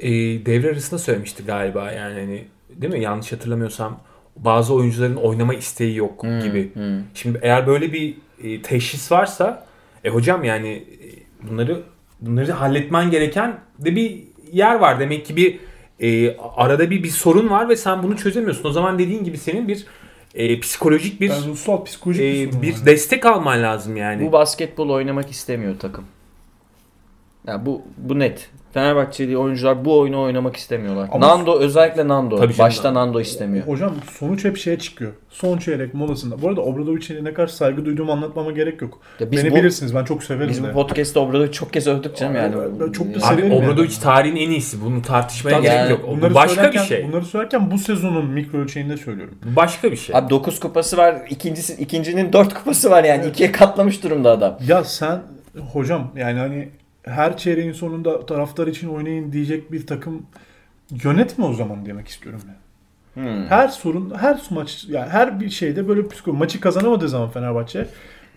S3: e, devre arasında söylemişti galiba yani hani değil mi yanlış hatırlamıyorsam bazı oyuncuların oynama isteği yok gibi.
S4: hmm.
S3: Şimdi eğer böyle bir e, teşhis varsa e hocam yani e, bunları bunları halletmen gereken de bir yer var demek ki bir e, arada bir bir sorun var ve sen bunu çözemiyorsun. O zaman dediğin gibi senin bir e, psikolojik bir
S2: Ben ruhsal psikolojik
S4: Ee,
S3: e,
S2: sorun
S3: bir
S2: var.
S3: destek alman lazım yani.
S4: Bu basketbol oynamak istemiyor takım. Ya bu bu net. Fenerbahçeli oyuncular bu oyunu oynamak istemiyorlar.
S2: Ama-
S4: Nando özellikle Nando.
S3: Tabii canım.
S4: Başta Nando istemiyor.
S2: Hocam sonuç hep şeye çıkıyor. Son çeyrek molasında. Bu arada Obradovic'e ne kadar saygı duyduğumu anlatmama gerek yok.
S4: Ya biz
S2: Beni
S4: bu-
S2: bilirsiniz ben çok severim
S4: Biz
S2: de.
S4: bu podcast'te Obradovic'i çok kez övdük canım
S2: Aa,
S4: yani.
S2: ben- ben çok da
S3: Abi
S2: severim yani.
S3: Obradovic tarihin en iyisi. Bunu tartışmaya
S4: Tabii
S3: gerek
S4: yani.
S3: yok. Bu
S2: Bunları
S3: başka bir
S2: E, söylerken-
S3: şey.
S2: Bunları söylerken bu sezonun mikro ölçeğinde söylüyorum.
S3: Bu Başka bir şey.
S4: Abi 9 kupası var. İkincisi, ikincinin 4 kupası var yani. ikiye katlamış durumda adam.
S2: Ya sen hocam yani hani her çeyreğin sonunda taraftar için oynayın diyecek bir takım yönetme o zaman demek istiyorum yani. Her sorun, her maç, yani her bir şeyde böyle psikoloji. Maçı kazanamadığı zaman Fenerbahçe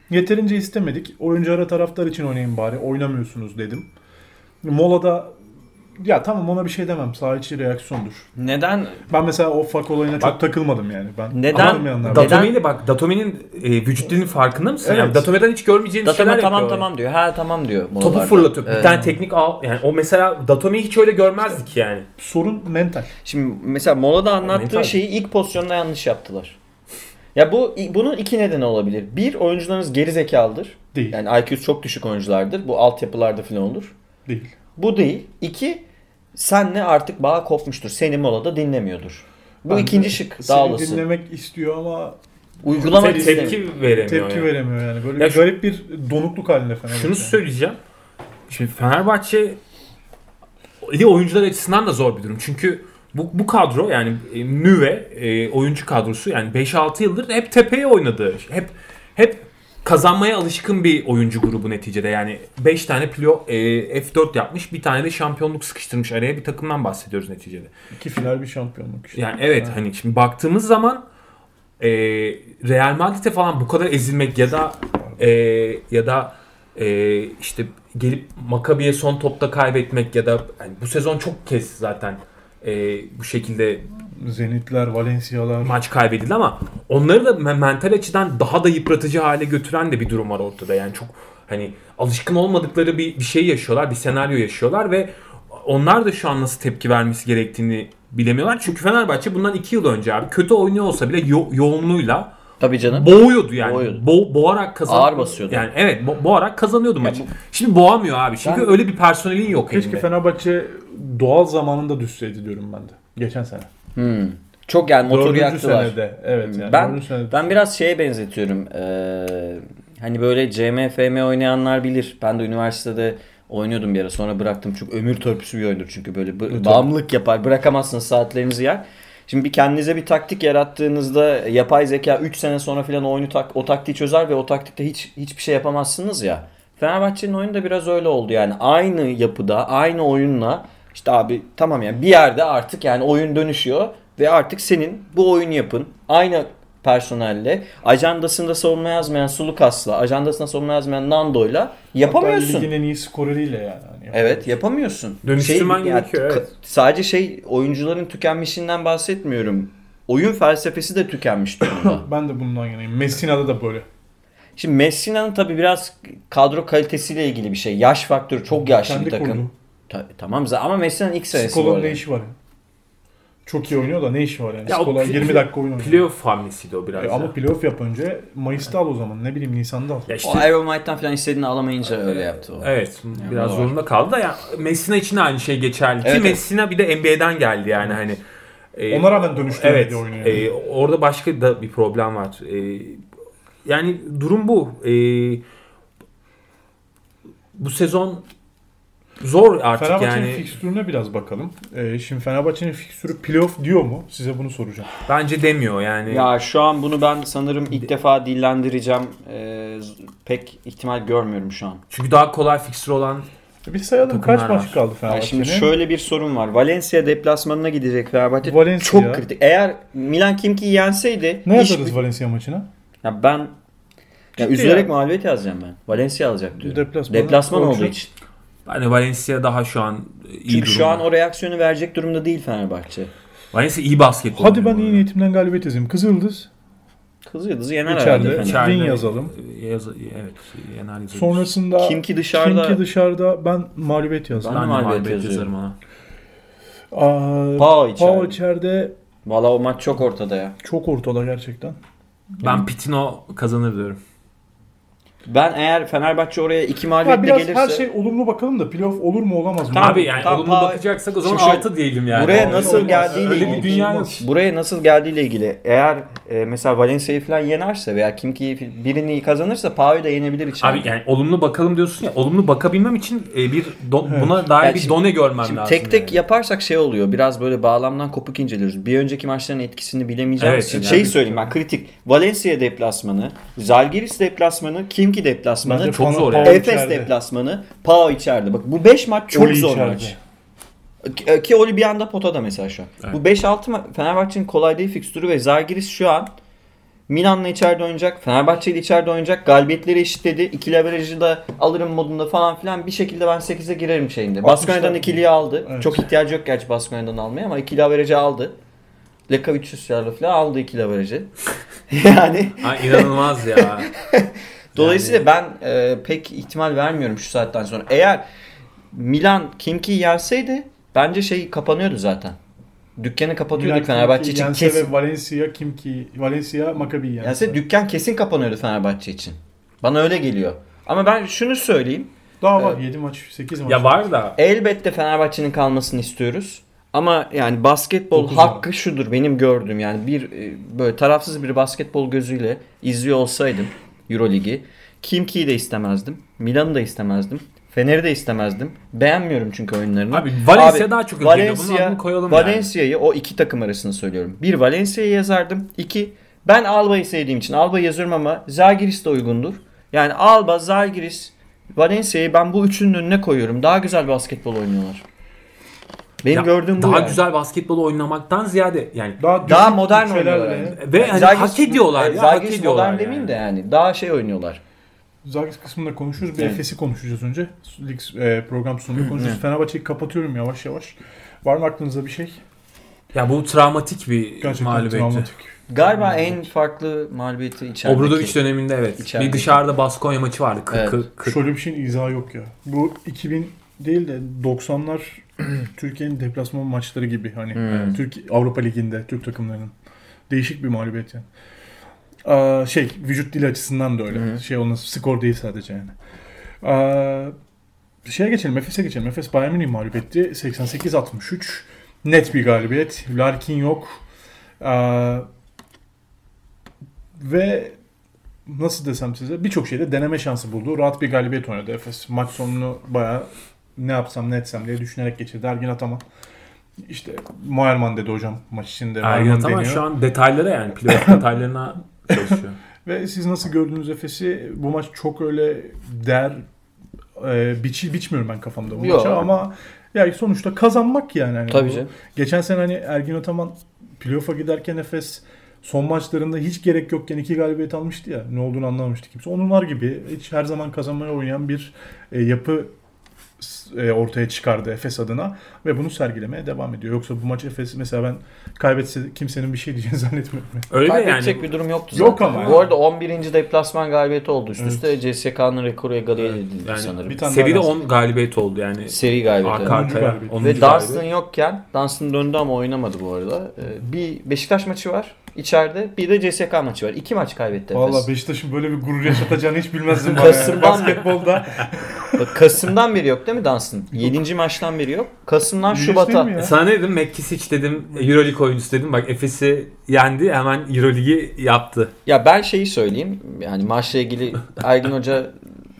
S2: yeterince istemedik. Oyunculara taraftar için oynayın bari. Oynamıyorsunuz dedim. Mola'da ya tamam ona bir şey demem. Saha içi reaksiyondur.
S4: Neden
S2: Ben mesela o fak olayına çok
S3: Bak-
S2: takılmadım yani. Ben
S4: Neden-
S2: anlamayanlar var.
S4: Neden-
S3: Datome'yle bak Datome'nin e, vücut dilinin farkında mısın?
S2: Evet.
S3: Yani Datome'den hiç görmeyeceğin
S4: Datome
S3: şeyler
S4: tamam
S3: yapıyor.
S4: tamam diyor. Ha tamam diyor.
S3: Topu
S4: molalarda.
S3: fırlatıp bir
S4: Evet.
S3: tane teknik al. Yani o mesela Datome'yi hiç öyle görmezdik yani.
S2: sorun mental.
S4: Şimdi mesela molada anlattığı
S3: Mental.
S4: şeyi ilk pozisyonda yanlış yaptılar. Ya bu bunun iki nedeni olabilir. Bir oyuncularınız geri zekalıdır.
S2: Değil.
S4: Yani IQ'su çok düşük oyunculardır. Bu altyapılarda falan olur.
S2: Değil.
S4: Bu değil. İki senle artık bağ kopmuştur. Seni molada dinlemiyordur. Bu
S2: Ben de
S4: ikinci şık
S2: Seni
S4: dağılısın.
S2: dinlemek istiyor ama
S4: Uygulamak
S3: Te-
S4: istemiyor.
S3: tepki veremiyor.
S2: tepki
S3: yani.
S2: veremiyor yani. Böyle
S3: Ya
S2: bir
S3: şu-
S2: garip bir donukluk halinde Fenerbahçe.
S3: Şunu
S2: yani.
S3: söyleyeceğim. Şimdi Fenerbahçe bir de oyuncular açısından da zor bir durum. Çünkü bu, bu kadro yani e, nüve e, oyuncu kadrosu yani 5-6 yıldır hep tepeye oynadı. Hep hep kazanmaya alışkın bir oyuncu grubu neticede. Yani 5 tane play- e, F4 yapmış, bir tane de şampiyonluk sıkıştırmış araya bir takımdan bahsediyoruz neticede.
S2: İki final bir şampiyonluk işte.
S3: Yani evet hani şimdi baktığımız zaman e, Real Madrid'e falan bu kadar ezilmek ya da e, ya da e, işte gelip Makabi'ye son topta kaybetmek ya da yani bu sezon çok kez zaten e, bu şekilde
S2: Zenitler, Valencia'lar.
S3: maç kaybedildi ama onları da men- mental açıdan daha da yıpratıcı hale götüren de bir durum var ortada. Yani çok hani alışkın olmadıkları bir, bir şey yaşıyorlar, bir senaryo yaşıyorlar ve onlar da şu an nasıl tepki vermesi gerektiğini bilemiyorlar. Çünkü Fenerbahçe bundan 2 yıl önce abi kötü oynuyor olsa bile yo- yoğunluğuyla
S4: Tabii canım.
S3: boğuyordu yani.
S4: Boğuyordu.
S3: Bo- boğarak kazan.
S4: Ağır basıyordu.
S3: Yani evet bo- boğarak kazanıyordu maçı. Şimdi boğamıyor abi. Çünkü
S4: Ben-
S3: öyle bir personelin yok
S2: Keşke
S3: elinde.
S2: Fenerbahçe doğal zamanında düşseydi diyorum ben de. Geçen sene.
S4: Hmm. Çok yani motor
S2: Dördüncü
S4: yaktılar.
S2: senede. Evet yani.
S4: ben
S2: dördüncü senede.
S4: ben biraz şeye benzetiyorum. Ee, hani böyle CM, FM oynayanlar bilir. Ben de üniversitede oynuyordum bir ara. Sonra bıraktım. Çünkü ömür törpüsü bir oyundur. Çünkü böyle b- bağımlılık yapar. Bırakamazsınız saatlerinizi yer. Şimdi bir kendinize bir taktik yarattığınızda yapay zeka 3 sene sonra filan o oyunu tak o taktiği çözer ve o taktikte hiç hiçbir şey yapamazsınız ya. Fenerbahçe'nin oyunu da biraz öyle oldu yani. Aynı yapıda, aynı oyunla işte abi tamam yani bir yerde artık yani oyun dönüşüyor ve artık senin bu oyunu yapın. Aynı personelle, ajandasında savunma yazmayan Sulukas'la, ajandasında savunma yazmayan Nando'yla
S2: Hatta
S4: yapamıyorsun.
S2: Ligin en iyi skoreriyle yani. Hani
S4: Evet yapamıyorsun.
S3: Dönüştürmen
S4: ya,
S3: gerekiyor,
S4: k-
S3: evet.
S4: Sadece şey oyuncuların tükenmişinden bahsetmiyorum. Oyun felsefesi de tükenmiş durumda.
S2: Ben de bundan yanayım. Messina'da da böyle.
S4: Şimdi Messina'nın tabii biraz kadro kalitesiyle ilgili bir şey. Yaş faktörü çok yaşlı
S2: Kendi
S4: bir takım.
S2: kurdu.
S4: Ta- tamam za- ama Messina'nın ilk senesi bu
S2: Skola'nın
S4: arada.
S2: ne işi var yani? Çok iyi oynuyor da ne işi var yani?
S3: Ya o
S2: Skola
S3: pl-
S2: 20 dakika oyun oynuyor.
S3: Playoff hamlesiydi o biraz.
S2: E
S3: da.
S2: ama playoff yap önce. Mayıs'ta al o zaman. Ne bileyim Nisan'da al.
S3: Ya
S4: O
S3: işte-
S4: Iron Might'tan falan istediğini alamayınca öyle yaptı o.
S3: şey. Evet biraz
S4: bu da var.
S3: zorunda kaldı da ya Messina için de aynı şey geçerli.
S4: Evet,
S3: Ki
S4: evet.
S3: Messina bir de NBA'den geldi yani hani. E,
S2: Ona rağmen dönüştürmedi
S3: Evet.
S2: oyunu yani.
S3: e, orada başka da bir problem var. E, yani durum bu. E, bu sezon zor artık
S2: Fenerbahçe'nin
S3: yani.
S2: fikstürüne biraz bakalım. Ee, şimdi Fenerbahçe'nin fikstürü playoff diyor mu? Size bunu soracağım.
S3: Bence demiyor yani.
S4: Ya şu an bunu ben sanırım ilk defa dillendireceğim. Ee, pek ihtimal görmüyorum şu an.
S3: Çünkü daha kolay fikstür olan
S2: E, Bir sayalım
S3: Takımlar
S2: kaç
S3: var.
S2: maç kaldı
S4: Yani
S2: Fenerbahçe'nin?
S4: şimdi şöyle bir sorun var. Valencia deplasmanına gidecek Fenerbahçe.
S2: Valencia.
S4: Çok kritik. Eğer Milan Kimki'yi yenseydi
S2: ne
S4: iş-
S2: yazarız Valencia maçına?
S4: Ya ben ya
S2: Ciddi
S4: üzülerek
S2: ya.
S4: mağlubiyet yazacağım ben. Valencia alacak diyorum.
S2: Deplasman-
S4: Deplasman,
S2: Olacak.
S4: olduğu için.
S3: hani Valencia daha şu an iyi
S4: Çünkü şu
S3: durumda.
S4: an o reaksiyonu verecek durumda değil Fenerbahçe.
S3: Valencia iyi basket
S2: Hadi
S3: oynuyor
S2: ben
S3: bu
S2: iyi
S3: arada.
S2: niyetimden galibiyet yazayım. Kızıldız.
S4: Kızı yıldızı yener herhalde
S2: İçeride.
S4: Fener.
S3: İçeride. e,
S2: Win yazalım.
S3: Yaz- evet. Yener yazarız.
S2: Sonrasında
S4: Kim ki dışarıda-
S2: Kim ki dışarıda ben mağlubiyet yazdım.
S3: ben
S4: Ben
S3: de
S4: de
S3: mağlubiyet
S4: mağlubiyet
S3: yazarım ona.
S2: Aa,
S4: Pau içeride.
S2: Pau içeride
S4: Valla o maç çok ortada ya.
S2: çok ortada gerçekten.
S3: Ben Pitino kazanır diyorum.
S4: Ben eğer Fenerbahçe oraya iki
S2: Ya
S4: mağlubiyetle
S2: biraz
S4: gelirse
S2: her şey olumlu bakalım da playoff olur mu olamaz mı?
S4: Tamam.
S3: Abi yani
S4: tamam,
S3: olumlu
S4: pa-
S3: bakacaksak o zaman
S4: Şimdi şöyle-
S3: 6 diyelim yani.
S4: Buraya
S3: Abi,
S4: nasıl
S3: olmaz.
S4: geldiğiyle
S3: Öyle bir
S4: ilgili.
S3: dünya yok.
S4: buraya nasıl geldiğiyle ilgili eğer e, mesela Valencia'yı falan yenerse veya kim ki birini kazanırsa Pau'yu da yenebilir içeride.
S3: Abi yani olumlu bakalım diyorsun ya. Olumlu bakabilmem için e, bir don- buna dair
S4: Yani
S3: bir
S4: şimdi-
S3: done görmem
S4: Şimdi
S3: lazım.
S4: tek tek
S3: yani.
S4: yaparsak şey oluyor. Biraz böyle bağlamdan kopuk inceliyoruz. Bir önceki maçların etkisini
S3: Evet,
S4: bilemeyeceğimiz için.
S3: yani-
S4: Şeyi Şey söyleyeyim ben kritik. Valencia deplasmanı, Zalgiris deplasmanı, Kimki deplasmanı,
S3: çok zor
S2: ya.
S3: yani.
S4: Efes deplasmanı, Pau içeride. Bak bu 5 maç çok zor maç. Ki- Ki Oli bir anda potada mesela şu an.
S3: Evet.
S4: Bu 5-6 ma- Fenerbahçe'nin kolay değil fikstürü ve Zalgiris şu an Milan'la içeride oynayacak, Fenerbahçe ile içeride oynayacak. Galibiyetleri eşitledi. İkili averajı da alırım modunda falan filan. Bir şekilde ben 8'e girerim şeyinde.
S2: 60'lar
S4: Baskonya'dan ikiliyi aldı.
S2: Evet.
S4: Çok ihtiyacı yok gerçi Baskonya'dan almaya ama ikili averajı aldı. Leka 300 yarlı falan aldı ikili averajı. yani
S3: Ay, inanılmaz ya.
S4: Dolayısıyla ben e, pek ihtimal vermiyorum şu saatten sonra. Eğer Milan Kimki'yi yerseydi bence şey kapanıyordu zaten. Dükkanı kapatıyorduk Fenerbahçe için kesin.
S2: Ve Valencia kim ki? Valencia Maccabi yense.
S4: Yense dükkan kesin kapanıyordu Fenerbahçe için. Bana öyle geliyor. Ama ben şunu söyleyeyim.
S2: Daha var 7 maç 8 maç.
S3: ya var da
S4: Elbette Fenerbahçe'nin kalmasını istiyoruz. Ama yani basketbol
S2: Dokuz
S4: hakkı şudur benim gördüğüm yani bir e, böyle tarafsız bir basketbol gözüyle izliyor olsaydım Euroligi Kimki'yi de istemezdim. Milan'ı da istemezdim. Fener'i de istemezdim. Beğenmiyorum çünkü oyunlarını.
S3: Abi Valencia daha çok hak ediyor. Bunun adını koyalım yani.
S4: Valencia'yı o iki takım arasında söylüyorum. Bir Valencia'yı yazardım. İki ben Alba'yı sevdiğim için Alba'yı yazıyorum ama Zagiris de uygundur. Yani Alba, Zagiris, Valencia'yı ben bu üçünün önüne koyuyorum. Daha güzel basketbol oynuyorlar. Benim
S3: ya,
S4: gördüğüm bu.
S3: daha
S4: yani.
S3: güzel basketbol oynamaktan ziyade yani
S2: Daha,
S4: Daha
S2: düşük
S4: modern
S2: bütçelerle-
S4: oynuyorlar yani.
S3: ve hani
S4: Zalgiris-
S3: hak ediyorlar
S4: e,
S3: ya. Hak
S4: Zalgiris
S3: ediyorlar
S4: modern
S3: yani.
S4: demeyeyim de yani. Daha şey oynuyorlar.
S2: Zagis kısmında konuşuruz. Bir
S4: Evet.
S2: Efes'i konuşacağız önce. Lig e, program sonunda konuşuruz. Fenerbahçe'yi kapatıyorum yavaş yavaş. Var mı aklınızda bir şey?
S3: Ya bu travmatik bir
S2: Gerçekten
S3: mağlubiyetti.
S2: travmatik.
S4: Galiba en farklı mağlubiyeti içerideki.
S3: Obradoviç döneminde evet.
S4: İçerideki.
S3: Bir dışarıda Baskonya maçı vardı. 40
S4: Evet.
S2: Şöyle bir şeyin izahı yok ya. Bu 2000 değil de 90'lar Türkiye'nin deplasman maçları gibi hani
S4: Hmm.
S2: Türk Avrupa Ligi'nde Türk takımlarının değişik bir mağlubiyet yani. Aa, şey vücut dili açısından da öyle. Şey onun skor değil sadece yani. Aa, şeye geçelim Efes'e geçelim. Efes Bayern Münih'i mağlup etti. 88-63. Net bir galibiyet. Larkin yok. Aa, Ee, ve nasıl desem size birçok şeyde deneme şansı buldu. Rahat bir galibiyet oynadı Efes. Maç sonunu bayağı ne yapsam ne etsem diye düşünerek geçirdi. Ergin Ataman işte Moerman dedi hocam maç içinde.
S3: Ergin
S2: Moerman
S3: Ataman
S2: deniyor.
S3: şu an detaylara yani playoff detaylarına çalışıyor.
S2: Ve siz nasıl gördünüz Efes'i? Bu maç çok öyle der e, biçi biçmiyorum ben kafamda bu
S4: Yok.
S2: maça ama yani sonuçta kazanmak yani. Hani
S4: Tabii
S2: bu-
S4: canım.
S2: Geçen sene hani Ergin Ataman playoff'a giderken Efes son maçlarında hiç gerek yokken iki galibiyet almıştı ya. Ne olduğunu anlamamıştı kimse. Onunlar gibi hiç her zaman kazanmaya oynayan bir e, yapı s- e, ortaya çıkardı Efes adına ve bunu sergilemeye devam ediyor. Yoksa bu maç Efes mesela ben kaybetse kimsenin bir şey diyeceğini zannetmiyorum.
S3: Öyle de
S4: Kaybedecek
S3: yani.
S4: bir durum yoktu zaten.
S2: Yok ama.
S4: Bu arada 11. deplasman galibiyeti oldu üst üste. CSK'nın rekoru egaliye edildi
S3: Yani
S4: sanırım.
S2: Bir tane
S3: Seride
S2: daha
S3: 10 galibiyet oldu yani.
S4: Seri galibiyeti.
S3: Arka
S4: evet.
S2: Onuncu
S3: arkaya.
S2: galibiyet.
S3: onuncu
S4: Ve Dunstan
S3: galibiyet.
S4: yokken Dunstan döndü ama oynamadı bu arada. Ee, Bir Beşiktaş maçı var içeride. Bir de CSK maçı var. İki maç kaybetti Efes.
S2: Valla Beşiktaş'ın böyle bir gurur yaşatacağını hiç bilmezdim. bana yani.
S4: Kasım'dan-
S2: Basketbolda.
S4: Bak, Kasım'dan beri yok değil mi Dunstan? Yedinci maçtan beri yok. Kasım'dan
S2: Yürüyüş
S4: Şubat'a.
S2: değil mi ya?
S3: Sana ne dedim? Mekisic dedim. e, Euroleague oyuncusu dedim. Bak Efes'i yendi. Hemen Euroleague'i yaptı.
S4: Ya ben şeyi söyleyeyim. Yani maçla ilgili Ergin Hoca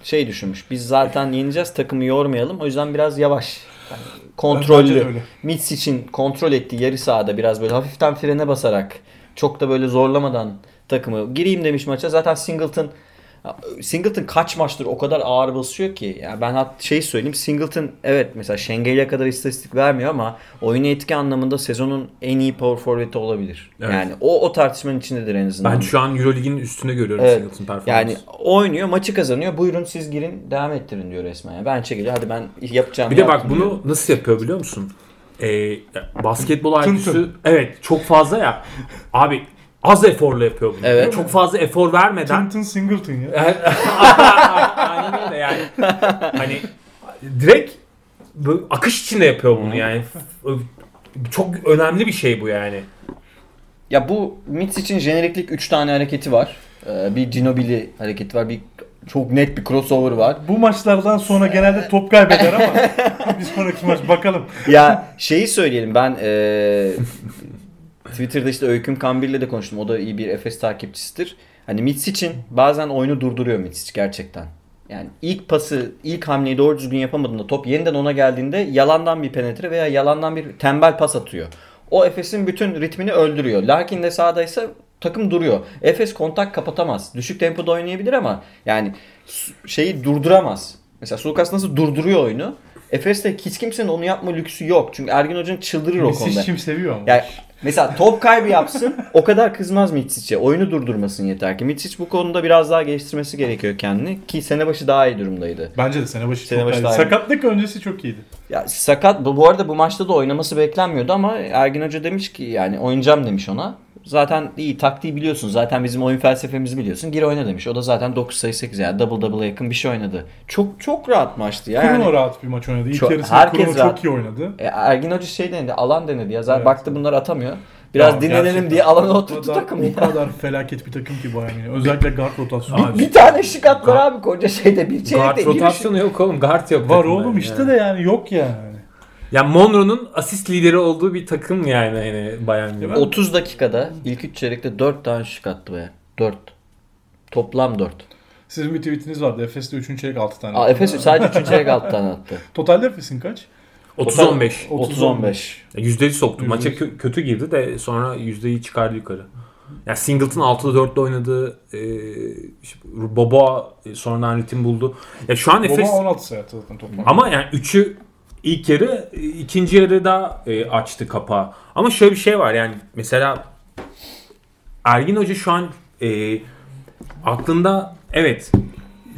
S4: şey düşünmüş. Biz zaten yeneceğiz takımı yormayalım. O yüzden biraz yavaş. Yani
S2: Bence
S4: kontrollü.
S2: de öyle.
S4: Mitz için kontrol ettiği yarı sahada biraz böyle hafiften frene basarak çok da böyle zorlamadan takımı gireyim demiş maça. Zaten Singleton Singleton kaç maçtır o kadar ağır basıyor ki. Ya ben hat şey söyleyeyim. Singleton evet mesela Şengeli'ye kadar istatistik vermiyor ama oyuna etki anlamında sezonun en iyi power forward'i olabilir.
S3: Evet.
S4: Yani o o tartışmanın içindedir en azından.
S3: Ben şu an Euroleague'in üstünde görüyorum
S4: Evet.
S3: Singleton performansı.
S4: Yani oynuyor, maçı kazanıyor. Buyurun siz girin, devam ettirin diyor resmen. ya. Ben çekil, hadi ben yapacağım.
S3: Bir de bak bunu nasıl yapıyor biliyor musun? Ee, basketbol
S2: Tın
S3: IQ'su
S2: tın.
S3: evet çok fazla ya. Abi az eforla yapıyor bunu.
S4: Evet.
S3: Çok fazla efor vermeden.
S2: Clinton Singleton ya.
S3: Aynen öyle yani. Hani direkt bu akış içinde yapıyor bunu yani. Çok önemli bir şey bu yani.
S4: Ya bu Mitz için jeneriklik 3 tane hareketi var. Ee, bir Ginobili hareketi var. Bir çok net bir crossover var.
S2: Bu maçlardan sonra genelde top kaybeder ama bir sonraki maç bakalım.
S4: ya şeyi söyleyelim ben ee, eee, Twitter'da işte Öyküm Kambir'le de konuştum. O da iyi bir Efes takipçisidir. Hani Mitz için bazen oyunu durduruyor Mitz gerçekten. Yani ilk pası, ilk hamleyi doğru düzgün yapamadığında top yeniden ona geldiğinde yalandan bir penetre veya yalandan bir tembel pas atıyor. O Efes'in bütün ritmini öldürüyor. Lakin de sahadaysa takım duruyor. Efes kontak kapatamaz. Düşük tempoda oynayabilir ama yani su- şeyi durduramaz. Mesela Sulukas nasıl durduruyor oyunu? Efes'te hiç kimsenin onu yapma lüksü yok. Çünkü Ergin Hoca'nın çıldırır o konuda.
S2: Misic kim seviyor ama.
S4: Yani mesela top kaybı yapsın o kadar kızmaz Mitsic'e. Oyunu durdurmasın yeter ki. Mitsic bu konuda biraz daha geliştirmesi gerekiyor kendini. Ki sene başı daha iyi durumdaydı.
S2: Bence de sene başı
S4: Sene
S2: çok
S4: başı
S2: iyiydi.
S4: daha iyi.
S2: Sakatlık öncesi çok iyiydi.
S4: Ya sakat bu, bu arada bu maçta da oynaması beklenmiyordu ama Ergin Hoca demiş ki yani oynayacağım demiş ona. Zaten iyi taktiği biliyorsun. Zaten bizim oyun felsefemizi biliyorsun. Gir oyna demiş. O da zaten 9 sayı 8 yani double double'a yakın bir şey oynadı. Çok çok rahat maçtı ya.
S2: Kuruno
S4: Yani
S2: rahat bir maç oynadı. İlk
S4: Çok-
S2: yarısında
S4: herkes
S2: Kuruno
S4: rahat.
S2: çok iyi oynadı.
S4: e, Ergin Hoca şey denedi, alan denedi ya. Zaten
S2: Evet.
S4: baktı bunlar atamıyor. Biraz
S2: Ya
S4: dinlenelim
S2: gerçekten
S4: diye alana
S2: o
S4: oturttu
S2: kadar-
S4: takımı. ya.
S2: O kadar felaket bir takım ki Bayern Münih. Özellikle guard rotasyonu.
S3: Abi,
S4: Bir tane şık atlar abi koca şeyde Şey, bir
S3: Guard
S4: çeyrekte giriş.
S3: rotasyonu yok oğlum. Guard yok.
S2: Var
S3: takımda
S2: oğlum
S3: yani.
S2: işte de yani yok yani.
S3: Ya Monroe'nun asist lideri olduğu bir takım yani hani Bayern Münih.
S4: 30 dakikada ilk 3 çeyrekte 4 tane şık attı be. 4. Toplam 4.
S2: Sizin bir tweetiniz vardı. Efes'te 3. çeyrek 6 tane.
S4: Aa, Efes sadece 3. çeyrek 6 tane attı.
S2: Totalde Efes'in kaç?
S3: 30-15.
S4: 30-15.
S3: Ya Yüzdeyi soktu.
S2: Yüzdeyi.
S3: Maça kö- kötü girdi de sonra yüzdeyi çıkardı yukarı. Ya Singleton 6'da 4'te oynadı. Ee, işte Boba e, sonradan ritim buldu. Ya şu an Efes
S2: Baba 16 sayı attı zaten toplam.
S3: ama yani 3'ü ilk yarı, e, ikinci yarı da e, açtı kapağı. Ama şöyle bir şey var yani mesela Ergin Hoca şu an e, aklında evet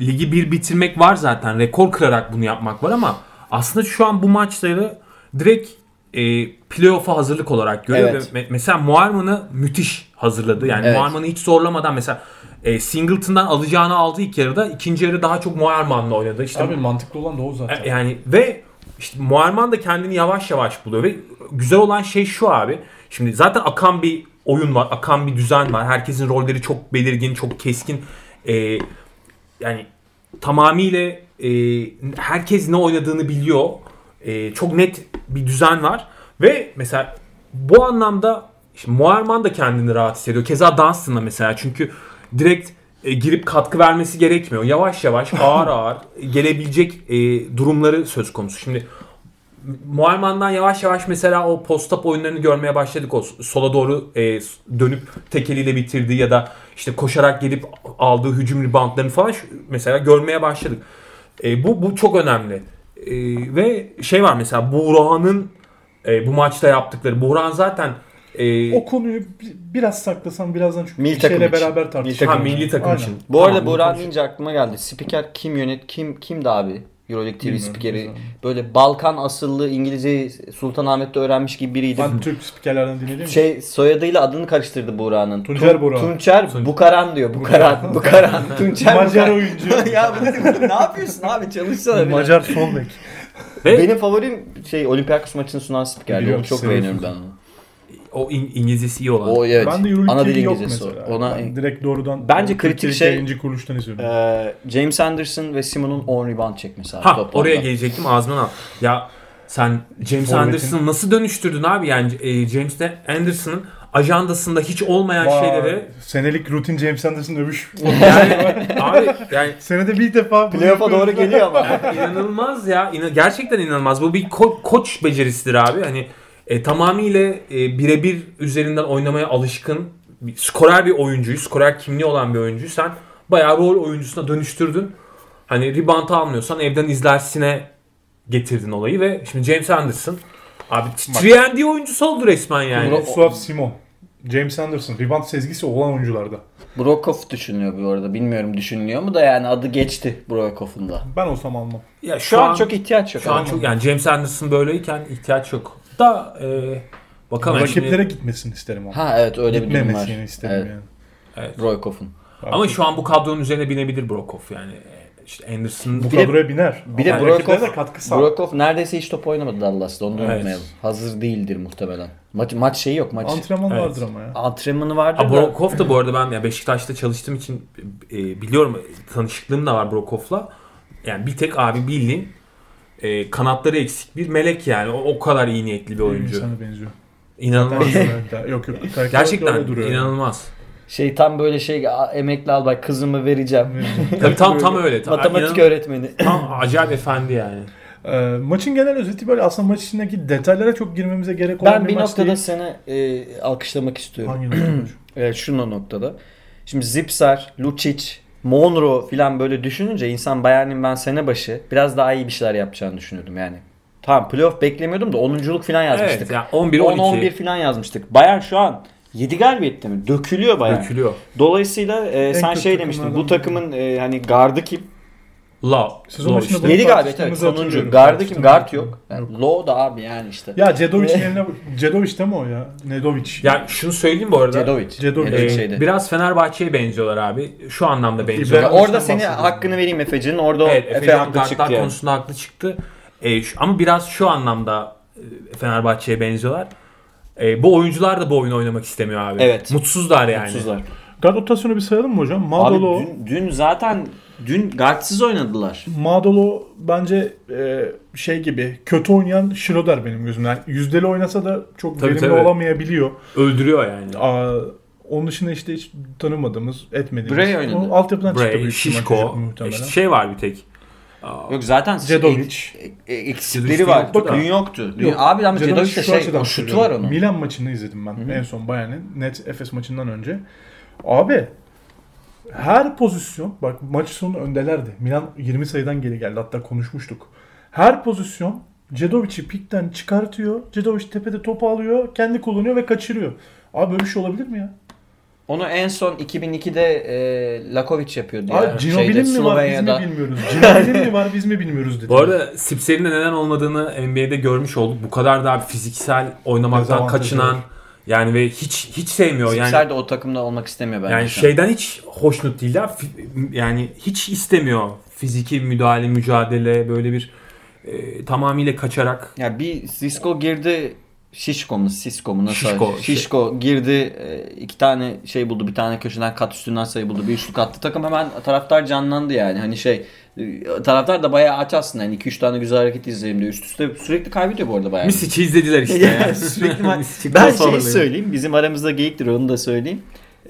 S3: ligi bir bitirmek var zaten. Rekor kırarak bunu yapmak var ama aslında şu an bu maçları direkt e, playoff'a hazırlık olarak görüyor.
S4: Evet.
S3: Ve me- mesela Muarman'ı müthiş hazırladı. Yani
S4: Evet.
S3: Muarman'ı hiç zorlamadan mesela e, Singleton'dan alacağını aldı ilk yarıda. ikinci yarı daha çok Muarman'la oynadı. İşte
S2: Abi mantıklı olan da o zaten.
S3: e, Yani ve işte Muarman da kendini yavaş yavaş buluyor ve güzel olan şey şu abi. Şimdi zaten akan bir oyun var, akan bir düzen var. Herkesin rolleri çok belirgin, çok keskin. E, yani tamamıyla e, herkes ne oynadığını biliyor. E, çok net bir düzen var ve mesela bu anlamda işte Muarman da kendini rahat hissediyor. Keza Dunstan'la mesela çünkü direkt e, girip katkı vermesi gerekmiyor. Yavaş yavaş ağır ağır gelebilecek e, durumları söz konusu. Şimdi Muarman'dan yavaş yavaş mesela o post-up oyunlarını görmeye başladık. O sola doğru e, dönüp tekeliyle bitirdiği ya da işte koşarak gelip aldığı hücum reboundlarını falan şu- mesela görmeye başladık. E, bu bu çok önemli. E, ve şey var mesela Buğra'nın e, bu maçta yaptıkları. Buğra zaten e,
S2: O konuyu bi- biraz saklasam birazdan çünkü
S4: Milli
S2: bir şeyle
S4: takım için.
S2: beraber
S4: Milli
S2: tartışalım.
S3: ha,
S4: takım
S3: milli takım
S2: Aynen.
S3: için.
S4: Bu
S3: Tamam,
S4: arada
S3: bunu
S4: Buğra
S3: konuşuruz.
S4: deyince aklıma geldi. Spiker kim yönet kim kimdi abi? Euroleague TV
S2: Bilmiyorum,
S4: spikeri.
S2: bilmiyorum.
S4: Böyle Balkan asıllı İngilizceyi Sultanahmet'te öğrenmiş gibi biriydi.
S2: Ben Türk spikerlerden dinledim.
S4: şey soyadıyla adını karıştırdı Buğra'nın.
S2: Tuncer
S4: Tun-
S2: Buğra.
S4: Tuncer
S3: Tuncer.
S4: Bukaran diyor. Bukaran. Bukaran. Tuncer
S2: Macar
S4: Bukaran.
S2: oyuncu.
S4: ya bu ne, ne yapıyorsun abi? Çalışsana biraz.
S2: Macar sol bek. E-
S4: Benim favorim şey Olympiakos maçını sunan spiker.
S2: Biliyorum,
S4: Yok, çok
S2: seviyorum.
S4: beğeniyorum ben onu.
S3: O İng- İngilizcesi iyi olan.
S4: O evet.
S2: Ben de
S4: Ana dil
S2: Euroleague'de yok
S4: İngilizcesi o.
S2: mesela.
S4: Ona e,
S2: Ben direkt doğrudan
S4: Bence
S2: Türkiye'yi
S4: kritik şey-
S2: birinci kuruluştan izliyorum.
S4: Ee, James Anderson ve Simon'un 10 rebound çekmesi abi.
S3: Ha
S4: toplamda.
S3: oraya gelecektim ağzımdan al. Ya sen James
S2: Forvetin-
S3: Anderson'ı nasıl dönüştürdün abi? Yani e, James de Anderson'ın ajandasında hiç olmayan
S2: Vay,
S3: şeyleri
S2: Senelik rutin James Anderson övüş.
S3: yani abi yani
S2: Senede bir defa.
S4: Playoff'a doğru geliyor ama.
S3: inanılmaz ya. İna- gerçekten inanılmaz. Bu bir ko- koç becerisidir abi. Hani e, tamamıyla e, birebir üzerinden oynamaya alışkın bir, skorer bir oyuncuyu, skorer kimliği olan bir oyuncuyu sen bayağı rol oyuncusuna dönüştürdün. Hani rebound almıyorsan evden izlersine getirdin olayı ve şimdi James Anderson abi t- 3 oyuncusu oldu resmen yani.
S4: Bunu-
S2: Suat Simo. James Anderson. Rebound sezgisi olan oyuncularda.
S4: Brokoff düşünüyor bu arada. Bilmiyorum düşünülüyor mu da yani adı geçti Brokoff'un da.
S2: Ben olsam almam.
S3: Ya şu,
S4: Şu an çok ihtiyaç yok.
S3: şu an
S4: ama.
S3: çok yani James Anderson böyleyken ihtiyaç yok. Da e, bakalım şimdi-
S2: Rakiplere gitmesini isterim ama.
S4: Ha evet öyle bir durum var.
S2: Gitmemesini isterim
S4: evet.
S2: yani.
S4: Brokoff'un.
S3: Ama şu an bu kadronun üzerine binebilir Brokoff yani. Ee, İşte Anderson
S2: bu
S4: bir de-
S2: kadroya biner.
S4: Bir de
S2: Ama rakiplere de katkı
S4: Brokoff,
S2: sağlar.
S4: Brokoff neredeyse hiç top oynamadı Dallas'ta onu da
S3: Evet.
S4: unutmayalım. Hazır değildir muhtemelen. Maç, maç şeyi yok maç.
S2: Antrenman
S3: Evet.
S2: vardır ama ya.
S4: antrenmanı vardır
S3: Ha,
S4: da.
S3: Brokoff da bu arada ben ya Beşiktaş'ta çalıştığım için e, biliyorum tanışıklığım da var Brokoff'la. Yani bir tek abi bildiğin e, kanatları eksik bir melek yani. O, o kadar iyi niyetli bir
S2: Oyuncu.
S3: oyuncu.
S2: İnsana benziyor.
S3: İnanılmaz.
S2: yok yok. Karakter
S3: Gerçekten
S2: öyle duruyor.
S3: inanılmaz.
S4: Şey tam böyle şey "A- emekli al bak kızımı vereceğim.
S3: Tabii tam tam öyle. Tam,
S4: Matematik
S3: inan-
S4: öğretmeni.
S3: Tam acayip efendi yani.
S2: Ee, maçın genel özeti böyle aslında maç içindeki detaylara çok girmemize gerek olan
S4: Ben bir
S2: maç
S4: noktada
S2: değil.
S4: seni e, alkışlamak istiyorum.
S2: Hangi noktada?
S4: Evet, şunu noktada. Şimdi Zipser, Lucic, Monroe filan böyle düşününce insan Bayern'in ben sene başı biraz daha iyi bir şeyler yapacağını düşünüyordum yani. Tamam playoff beklemiyordum da 10'unculuk filan yazmıştık.
S3: Evet yani 11 12
S4: 10-11 filan yazmıştık. Bayern şu an 7 galibiyette mi? Dökülüyor Bayern.
S3: dökülüyor.
S4: Dolayısıyla e, sen
S2: kötü
S4: şey demiştin bu
S2: takımlardan
S4: takımın e, hani gardı kim?
S3: La.
S2: Sezon
S3: la
S2: başında
S3: işte.
S2: Bunu
S4: 7 galibiyet evet
S2: tartıştığımızı
S4: sonuncu.
S2: hatırlıyorum.
S4: Gardı kim? Gard
S2: Tartıştığımızı
S4: yok. Yani Low da abi yani işte.
S2: ya Cedovic'in yerine Cedovic değil mi o ya? Nedovic.
S3: Ya şunu söyleyeyim bu arada.
S4: Cedovic.
S2: Cedovic.
S3: Ee,
S4: Cedovic şeyde.
S3: biraz Fenerbahçe'ye benziyorlar abi. Şu anlamda benziyorlar.
S4: Ya
S2: Ondan
S4: orada seni
S2: bahsediyorum.
S4: hakkını vereyim Efe'cinin. Orada
S3: Evet,
S4: Efe,
S3: Efe Can
S4: haklı çıktı
S3: kartlar
S4: yani.
S3: konusunda haklı çıktı. E, şu- ama biraz şu anlamda e, Fenerbahçe'ye benziyorlar. E, bu oyuncular da bu oyunu oynamak istemiyor abi.
S4: Evet.
S3: Mutsuzlar yani.
S4: Mutsuzlar.
S2: Guard rotasyonu bir sayalım mı hocam?
S4: Abi
S2: Madolo.
S4: dün, dün zaten dün guardsız oynadılar.
S2: Madolo bence e, şey gibi kötü oynayan Schroeder benim gözümden. Yani yüzdeli oynasa da çok
S3: Tabii,
S2: verimli
S3: tabii.
S2: olamayabiliyor.
S3: Öldürüyor yani.
S2: Aa, onun dışında işte hiç tanımadığımız, etmediğimiz.
S4: Bray oynadı.
S2: O Altyapıdan çıktı büyük
S3: Bray,
S2: ihtimal çocuk
S3: Şişko.
S2: muhtemelen.
S3: işte şey var bir tek.
S4: Yok zaten şey,
S2: Cedovic.
S4: ek- e- eksikleri
S3: Cedovic
S4: var.
S3: yoktu da.
S4: Dün yoktu. Dün,
S2: Yok,
S4: abi ama
S2: Cedovic
S4: Cedovic de
S2: şu
S4: şey
S2: açıdan
S4: o şutu var
S2: söylüyorum.
S4: onun.
S2: Milan maçını izledim ben en son Bayern'in net Efes maçından önce. Abi her pozisyon bak maç sonu öndelerdi. Milan 20 sayıdan geri geldi. Hatta konuşmuştuk. Her pozisyon Cedovic'i pikten çıkartıyor. Cedovic tepede topu alıyor. Kendi kullanıyor ve kaçırıyor. Abi böyle bir şey olabilir mi ya?
S4: Onu en son 2002'de e, Lakovic yapıyordu. ya.
S2: Abi
S4: Şeyde,
S2: Cinobil'in mi var biz
S4: Slovenya'da.
S2: mi bilmiyoruz. Cinobil'in mi var biz mi bilmiyoruz dedi.
S3: Bu arada Sipser'in de neden olmadığını NBA'de görmüş olduk. Bu kadar da abi fiziksel oynamaktan
S2: Dezavantajı
S3: kaçınan
S2: var.
S3: yani ve hiç hiç sevmiyor yani.
S4: Sixer de o takımda olmak istemiyor bence.
S3: Yani
S4: şu an.
S3: şeyden hiç hoşnut değil ya. Fi- Yani hiç istemiyor fiziki müdahale, mücadele böyle bir e, tamamıyla kaçarak.
S4: Ya bir Cisco girdi Şişko mu? Cisco mu? Nasıl?
S3: Şişko.
S4: Şişko, girdi. e, iki tane şey buldu. Bir tane köşeden kat üstünden sayı buldu. Bir üçlük attı. Takım hemen taraftar canlandı yani. Hani şey e, taraftar da bayağı aç aslında. Hani 2-3 tane güzel hareket izleyelim diye. Üst üste sürekli kaybediyor bu arada bayağı.
S3: Misic'i izlediler işte.
S4: Ya,
S3: ya.
S4: sürekli ben,
S3: Misic'i
S4: ben
S3: nasıl
S4: şeyi
S3: alırlar?
S4: söyleyeyim. Bizim aramızda geyiktir onu da söyleyeyim.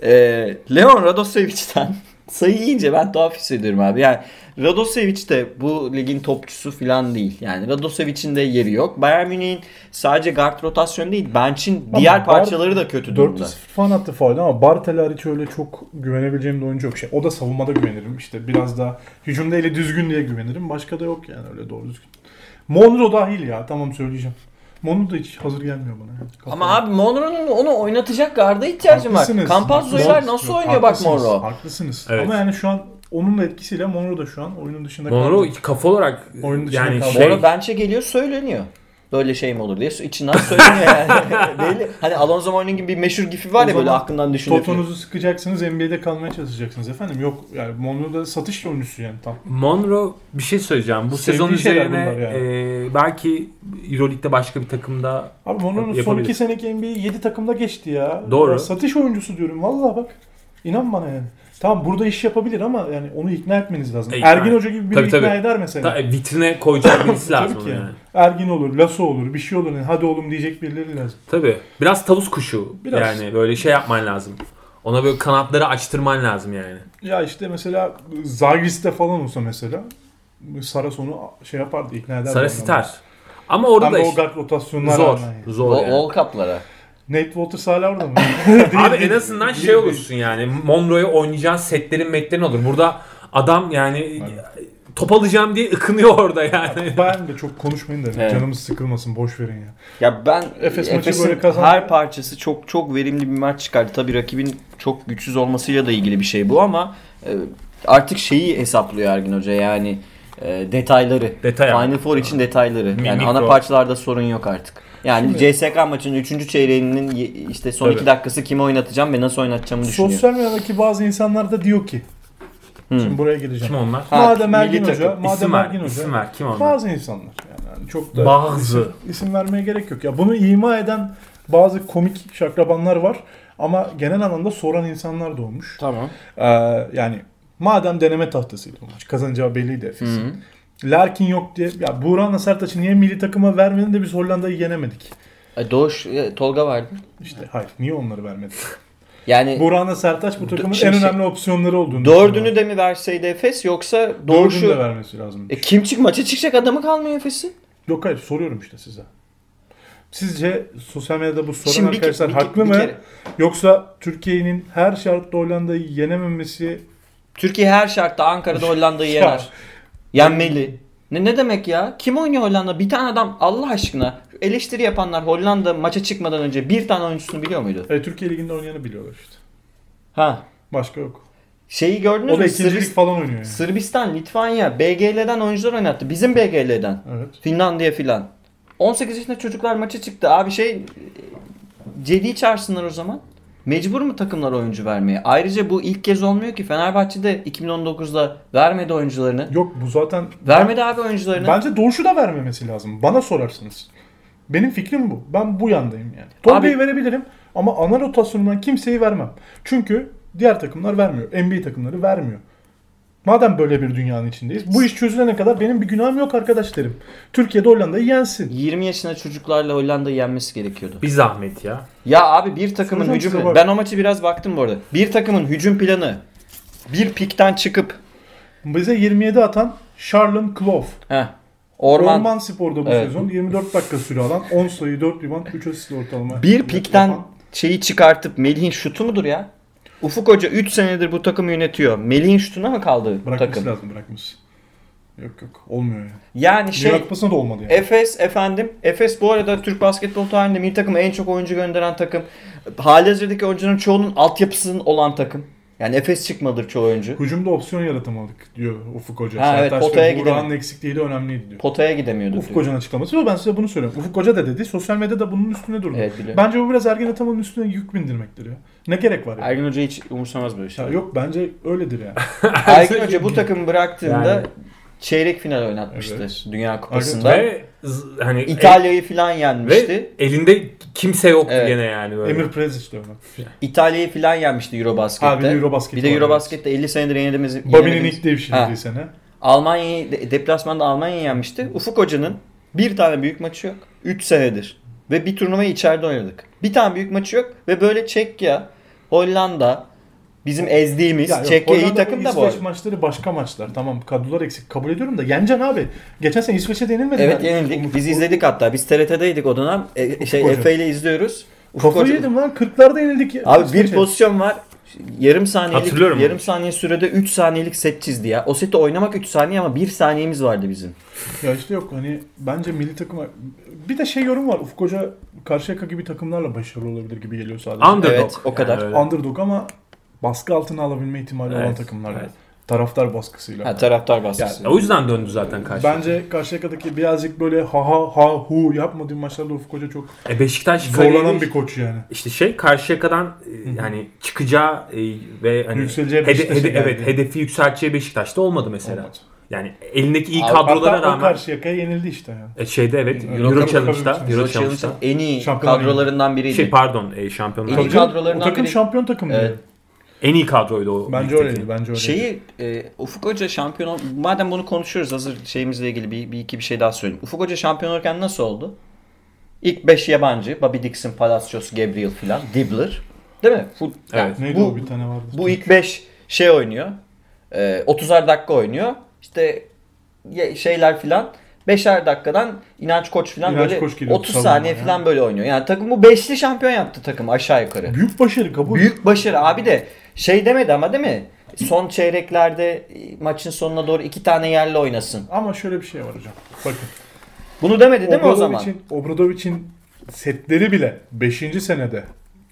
S4: Ee, Leon Radosevic'den sayı yiyince ben tuhaf hissediyorum abi. Yani Radosevic de bu ligin topçusu falan değil. Yani Radosevic'in de yeri yok. Bayern Münih'in sadece guard rotasyonu değil, bench'in diğer parçaları da kötü durumda.
S2: 4 falan attı faulde ama Bartel hariç öyle çok güvenebileceğim bir oyuncu yok. Şey, o da savunmada güvenirim işte biraz daha hücumda eli düzgün diye güvenirim. Başka da yok yani öyle doğru düzgün. Monro dahil ya tamam söyleyeceğim. Monro da hiç hazır gelmiyor bana. yani. Kafama.
S4: Ama abi Monroe'nun onu oynatacak garda ihtiyacım var.
S2: Haklısınız.
S4: Campazzo'ylar
S2: Haklısınız.
S4: nasıl
S2: Yok,
S4: oynuyor bak
S2: haklısınız.
S4: Monroe.
S2: Haklısınız.
S3: Evet.
S2: Ama yani şu an onun da etkisiyle Monro da şu an oyunun dışında
S3: Monroe
S2: kaldı.
S3: kafa olarak
S2: Oyunun dışında
S3: yani
S2: kaldı.
S3: şey
S4: Monroe bench'e geliyor söyleniyor. Böyle şey mi olur diye içinden söyleniyor yani. Belli. Hani Alonso Mourning gibi bir meşhur gifi var
S2: O
S4: ya böyle
S2: zaman
S4: aklından düşünüyor.
S2: Totonuzu sıkacaksınız NBA'de kalmaya çalışacaksınız efendim. Yok yani Monro da satış oyuncusu yani tam.
S3: Monroe bir şey söyleyeceğim. Bu
S2: Sevdiği
S3: sezon
S2: şeyler
S3: üzerine
S2: bunlar
S3: e, belki EuroLeague'de başka bir takımda
S2: Abi Monroe'nun son
S3: Yapabilir.
S2: iki seneki NBA'yi 7 takımda geçti ya.
S3: Doğru.
S2: Ya satış oyuncusu diyorum valla bak. İnan bana yani. Tamam burada iş yapabilir ama yani onu ikna etmeniz lazım.
S3: E, ikna
S2: Ergin
S3: et.
S2: Hoca gibi biri
S3: Tabii,
S2: ikna
S3: tabii.
S2: eder mesela.
S3: Ta- e, vitrine koyacak birisi lazım
S2: Tabii
S3: ona
S2: ki yani.
S3: yani.
S2: Ergin olur, Lasso olur, bir şey olur. Yani hadi oğlum diyecek birileri lazım.
S3: Tabii. Biraz tavus kuşu.
S2: Biraz.
S3: Yani böyle şey yapman lazım. Ona böyle kanatları açtırman lazım yani.
S2: Ya işte mesela Zagris'te falan olsa mesela Saras onu şey yapardı, ikna ederdi.
S3: Sarı
S2: adamı.
S3: sitar. Ama orada
S2: Hem
S3: da
S2: de o
S3: işte
S2: guard rotasyonlar
S3: zor.
S2: rağmen yani.
S3: Zor
S4: O,
S3: yani.
S4: All Cup'lara.
S2: Nate Waters hala orada mı?
S3: Abi en azından şey olursun yani. Monroe'ya oynayacağın setlerin metlerin olur. Burada adam yani top alacağım diye ıkınıyor orada yani.
S2: Ben de çok konuşmayın da
S4: Evet.
S2: canımız sıkılmasın boş verin ya.
S4: Ya ben
S2: Efes maçı
S4: Efes'in
S2: böyle kazandı.
S4: her parçası çok çok verimli bir maç çıkardı. Tabii rakibin çok güçsüz olmasıyla da ilgili bir şey bu ama e, artık şeyi hesaplıyor Ergin Hoca yani e, detayları.
S3: Detay abi.
S4: Final Four için detayları.
S3: Mi-
S4: yani
S3: mikro.
S4: ana parçalarda sorun yok artık. Yani CSK maçının 3. çeyreğinin ye- işte son
S3: Tabii.
S4: 2 dakikası kimi oynatacağım ve nasıl oynatacağımı düşünüyor.
S2: Sosyal medyadaki bazı insanlar da diyor ki Şimdi buraya geleceğim.
S3: Kim onlar?
S4: Ha,
S2: madem Ergin
S4: milli
S2: Hoca,
S4: takım.
S2: madem
S3: isim ver.
S2: Ergin Hoca.
S3: isim ver. Kim onlar?
S2: Bazı insanlar yani, yani çok da
S3: Bazı.
S2: isim vermeye gerek yok. Ya bunu ima eden bazı komik şakrabanlar var ama genel anlamda soran insanlar da olmuş.
S4: Tamam.
S2: Ee, yani madem deneme tahtasıydı bu maç. Kazanacağı belliydi Efes'in.
S4: Hı.
S2: Larkin yok diye. Ya Buğra Sertaç'ı niye milli takıma vermedin de biz Hollanda'yı yenemedik.
S4: E, Doğuş e, Tolga vardı.
S2: İşte hayır niye onları vermedin?
S4: Yani
S2: Buğra Sertaç bu takımın
S4: Şimdi
S2: en
S4: şey-
S2: önemli opsiyonları olduğunu
S4: dördünü
S2: düşünüyorum.
S4: de mi verseydi Efes yoksa
S2: Dördünü de
S4: Doğuş'u
S2: vermesi lazım.
S4: e, kim çık maça çıkacak adamı kalmıyor Efes'in.
S2: Yok hayır soruyorum işte size. Sizce sosyal medyada bu soran
S4: Şimdi bir ke-
S2: arkadaşlar
S4: bir ke-
S2: haklı
S4: bir
S2: mı?
S4: kere-
S2: Yoksa Türkiye'nin her şartta Hollanda'yı yenememesi
S4: Türkiye her şartta Ankara'da Hollanda'yı
S2: Ya.
S4: yener. Yenmeli. Ne, ne demek ya? Kim oynuyor Hollanda? Bir tane adam Allah aşkına eleştiri yapanlar Hollanda maça çıkmadan önce bir tane oyuncusunu biliyor muydu?
S2: e, Türkiye Ligi'nde oynayanı biliyorlar işte.
S4: Ha.
S2: Başka yok.
S4: Şeyi
S2: O
S4: gördünüz
S2: da
S4: mü?
S2: ikincilik
S4: Sırbis-
S2: falan oynuyor yani.
S4: Sırbistan, Litvanya, BGL'den oyuncular oynattı. Bizim BGL'den.
S2: Evet.
S4: Finlandiya filan. 18 yaşında çocuklar maça çıktı. Abi şey e, Cedi'yi çağırsınlar o zaman. Mecbur mu takımlar oyuncu vermeye? Ayrıca bu ilk kez olmuyor ki. Fenerbahçe'de 2019'da vermedi oyuncularını.
S2: Yok bu zaten
S4: Vermedi abi oyuncularını.
S2: Bence doğuşu da vermemesi lazım. Bana sorarsınız. Benim fikrim bu. Ben bu yandayım yani. Tolga'yı
S4: Abi-
S2: verebilirim ama ana rotasyonumdan kimseyi vermem. Çünkü diğer takımlar vermiyor. NBA takımları vermiyor. Madem böyle bir dünyanın içindeyiz. Bu iş çözülene kadar benim bir günahım yok arkadaş derim. Türkiye'de Hollanda'yı yensin.
S4: 20 yaşında çocuklarla Hollanda'yı yenmesi gerekiyordu.
S3: Bir zahmet ya.
S4: Ya abi bir takımın
S2: Soracağım
S4: hücum
S2: size bu arada.
S4: ben o maçı biraz baktım bu arada. Bir takımın hücum planı bir pikten çıkıp
S2: Bize 27 atan Charlon Klov.
S4: heh,
S2: Orman,
S4: orman,
S2: Spor'da bu
S4: Evet.
S2: sezon 24 dakika süre alan 10 sayı 4 rebound 3 asist ortalama.
S4: bir pikten
S2: yapan-
S4: şeyi çıkartıp Melih'in şutu mudur ya? Ufuk Hoca 3 senedir bu takımı yönetiyor. Melih'in şutuna mı kaldı bu
S2: bırakması
S4: takım?
S2: lazım bırakması. Yok yok olmuyor yani.
S4: Yani
S2: Şey,
S4: şey
S2: da olmadı yani.
S4: Efes efendim. Efes bu arada Türk basketbol tarihinde milli takıma en çok oyuncu gönderen takım. Halihazırdaki oyuncuların çoğunun altyapısının olan takım. Yani Efes çıkmalıdır çoğu oyuncu.
S2: Hücumda opsiyon yaratamadık diyor Ufuk Hoca.
S4: Ha, evet,
S2: Sertaç ve
S4: potaya
S2: Burak'ın
S4: gidemedi.
S2: eksikliği de önemliydi diyor.
S4: Potaya gidemiyordu.
S2: Ufuk
S4: diyor.
S2: Hoca'nın açıklaması yok. Ben size bunu söylüyorum. Ufuk Hoca da dedi. Sosyal medyada bunun üstüne durdu.
S4: Evet biliyorum.
S2: Bence bu biraz Ergen Ataman'ın üstüne yük bindirmektir ya. Ne gerek var ya?
S4: Ergin Hoca hiç umursamaz böyle şey.
S2: Ya yok bence öyledir yani.
S4: Ergin Hoca bu takımı bıraktığında
S3: Yani.
S4: çeyrek final oynatmıştı
S2: Evet.
S4: Dünya
S2: Ben-
S4: Kupası'nda.
S3: Ve z- hani e-
S4: İtalya'yı filan
S3: ve
S4: yenmişti.
S3: elinde kimse yoktu
S4: Evet.
S3: gene yani böyle.
S2: Emir Prezic diyor.
S4: İtalya'yı filan yenmişti Eurobasket'te.
S2: Ha, bir de Eurobasket
S4: Bir de
S2: var,
S4: Eurobasket'te 50 senedir yenilemiz.
S2: Babin'in
S4: yenilemiz-
S2: ilk
S4: Ha.
S2: devşirdiği sene.
S4: Almanya'yı de- deplasmanda Almanya'yı yenmişti. Ufuk Hoca'nın bir tane büyük maçı yok. 3 senedir. Ve bir turnuvayı içeride oynadık. Bir tane büyük maçı yok ve böyle Çekya, Hollanda bizim ezdiğimiz
S2: Ya yok,
S4: Çekya iyi
S2: Hollanda'nın
S4: takım da bu
S2: İsveç
S4: arada.
S2: maçları başka maçlar. Tamam kadrolar eksik kabul ediyorum da yeneceksin abi. Geçen sene İsveç'e denilmedi.
S4: Evet
S2: mi?
S4: yenildik. Biz izledik hatta. Biz TRT'deydik o dönem. E, şey
S2: Hoca.
S4: Efe ile izliyoruz. Ufuk
S2: Kafayı
S4: Hoca-
S2: yedim lan. 40'larda yenildik. ya.
S4: Abi bir
S2: İsveç'e.
S4: pozisyon var. Yarım saniyelik
S3: şey. Hatırlıyorum
S4: yarım
S3: onu.
S4: saniye sürede 3 saniyelik set çizdi ya. O seti oynamak 3 saniye ama 1 saniyemiz vardı bizim.
S2: Ya işte yok hani bence milli takıma bir de şey yorum var. Ufuk Hoca Karşıyaka gibi takımlarla başarılı olabilir gibi geliyor sadece.
S3: Underdog.
S4: Evet, o kadar.
S3: öyle.
S2: Underdog ama baskı altına alabilme ihtimali olan
S3: Evet,
S2: takımlarla.
S3: evet.
S2: Taraftar baskısıyla.
S4: Ha taraftar baskısı.
S3: E, O yüzden döndü zaten karşı.
S2: Bence Karşıyaka'daki birazcık böyle ha ha ha hu yapmadığım maçlarda Ufuk Hoca çok
S3: E Beşiktaş
S2: zorlanan
S3: kariyeri-
S2: bir koç yani.
S3: işte şey Karşıyaka'dan e, yani çıkacağı e, ve hani
S2: Yükseleceği
S3: hede-
S2: Beşiktaş'a
S3: hede-
S2: geldi.
S3: evet hedefi yükselteceği Beşiktaş'ta olmadı mesela.
S2: Olmadı.
S3: Yani elindeki iyi
S4: Abi,
S3: kadrolara
S2: Hatta o
S3: rağmen
S2: Karşıyaka'ya yenildi işte yani.
S3: e, şeyde evet
S2: Hı,
S3: Euro
S2: Euro
S3: Challenge'da
S2: Challenge'da.
S3: Euro
S4: Euro Challenge'ın
S3: Challenge'da
S4: en iyi
S2: Şampiyonlar
S4: kadrolarından biriydi.
S3: şey pardon e, şampiyonlar.
S4: İyi
S2: Tabii canım,
S4: kadrolarından
S2: o takım
S4: biri.
S2: şampiyon takım
S4: Evet.
S2: diyor.
S3: En iyi kadroydu o.
S2: Bence
S3: ligdeki.
S2: öyleydi. Bence öyleydi.
S4: Şeyi e, Ufuk Hoca şampiyon ol- madem bunu konuşuyoruz hazır şeyimizle ilgili bir, bir iki bir şey daha söyleyeyim. Ufuk Hoca şampiyon olurken nasıl oldu? İlk 5 yabancı. Bobby Dixon, Palacios, Gabriel filan. Dibbler. Değil mi? Fut,
S3: Evet.
S2: Neydi
S4: bu,
S2: o bir tane vardı.
S4: bu ilk 5 şey oynuyor. E, 30'ar dakika oynuyor. İşte ye- şeyler filan. 5'er dakikadan İnanç Koç filan
S2: İnanç
S4: böyle
S2: Koç giriyor
S4: 30
S2: savunmaya
S4: saniye
S2: ya.
S4: filan böyle oynuyor. Yani takım bu beşli şampiyon yaptı takım aşağı yukarı.
S2: Büyük başarı kabul.
S4: Büyük başarı abi de şey demedi ama değil mi? Son çeyreklerde e, maçın sonuna doğru iki tane yerli oynasın.
S2: Ama şöyle bir şey var hocam. Bakın.
S4: Bunu demedi değil mi o zaman?
S2: Obradovic'in- Obradovic'in setleri bile 5. senede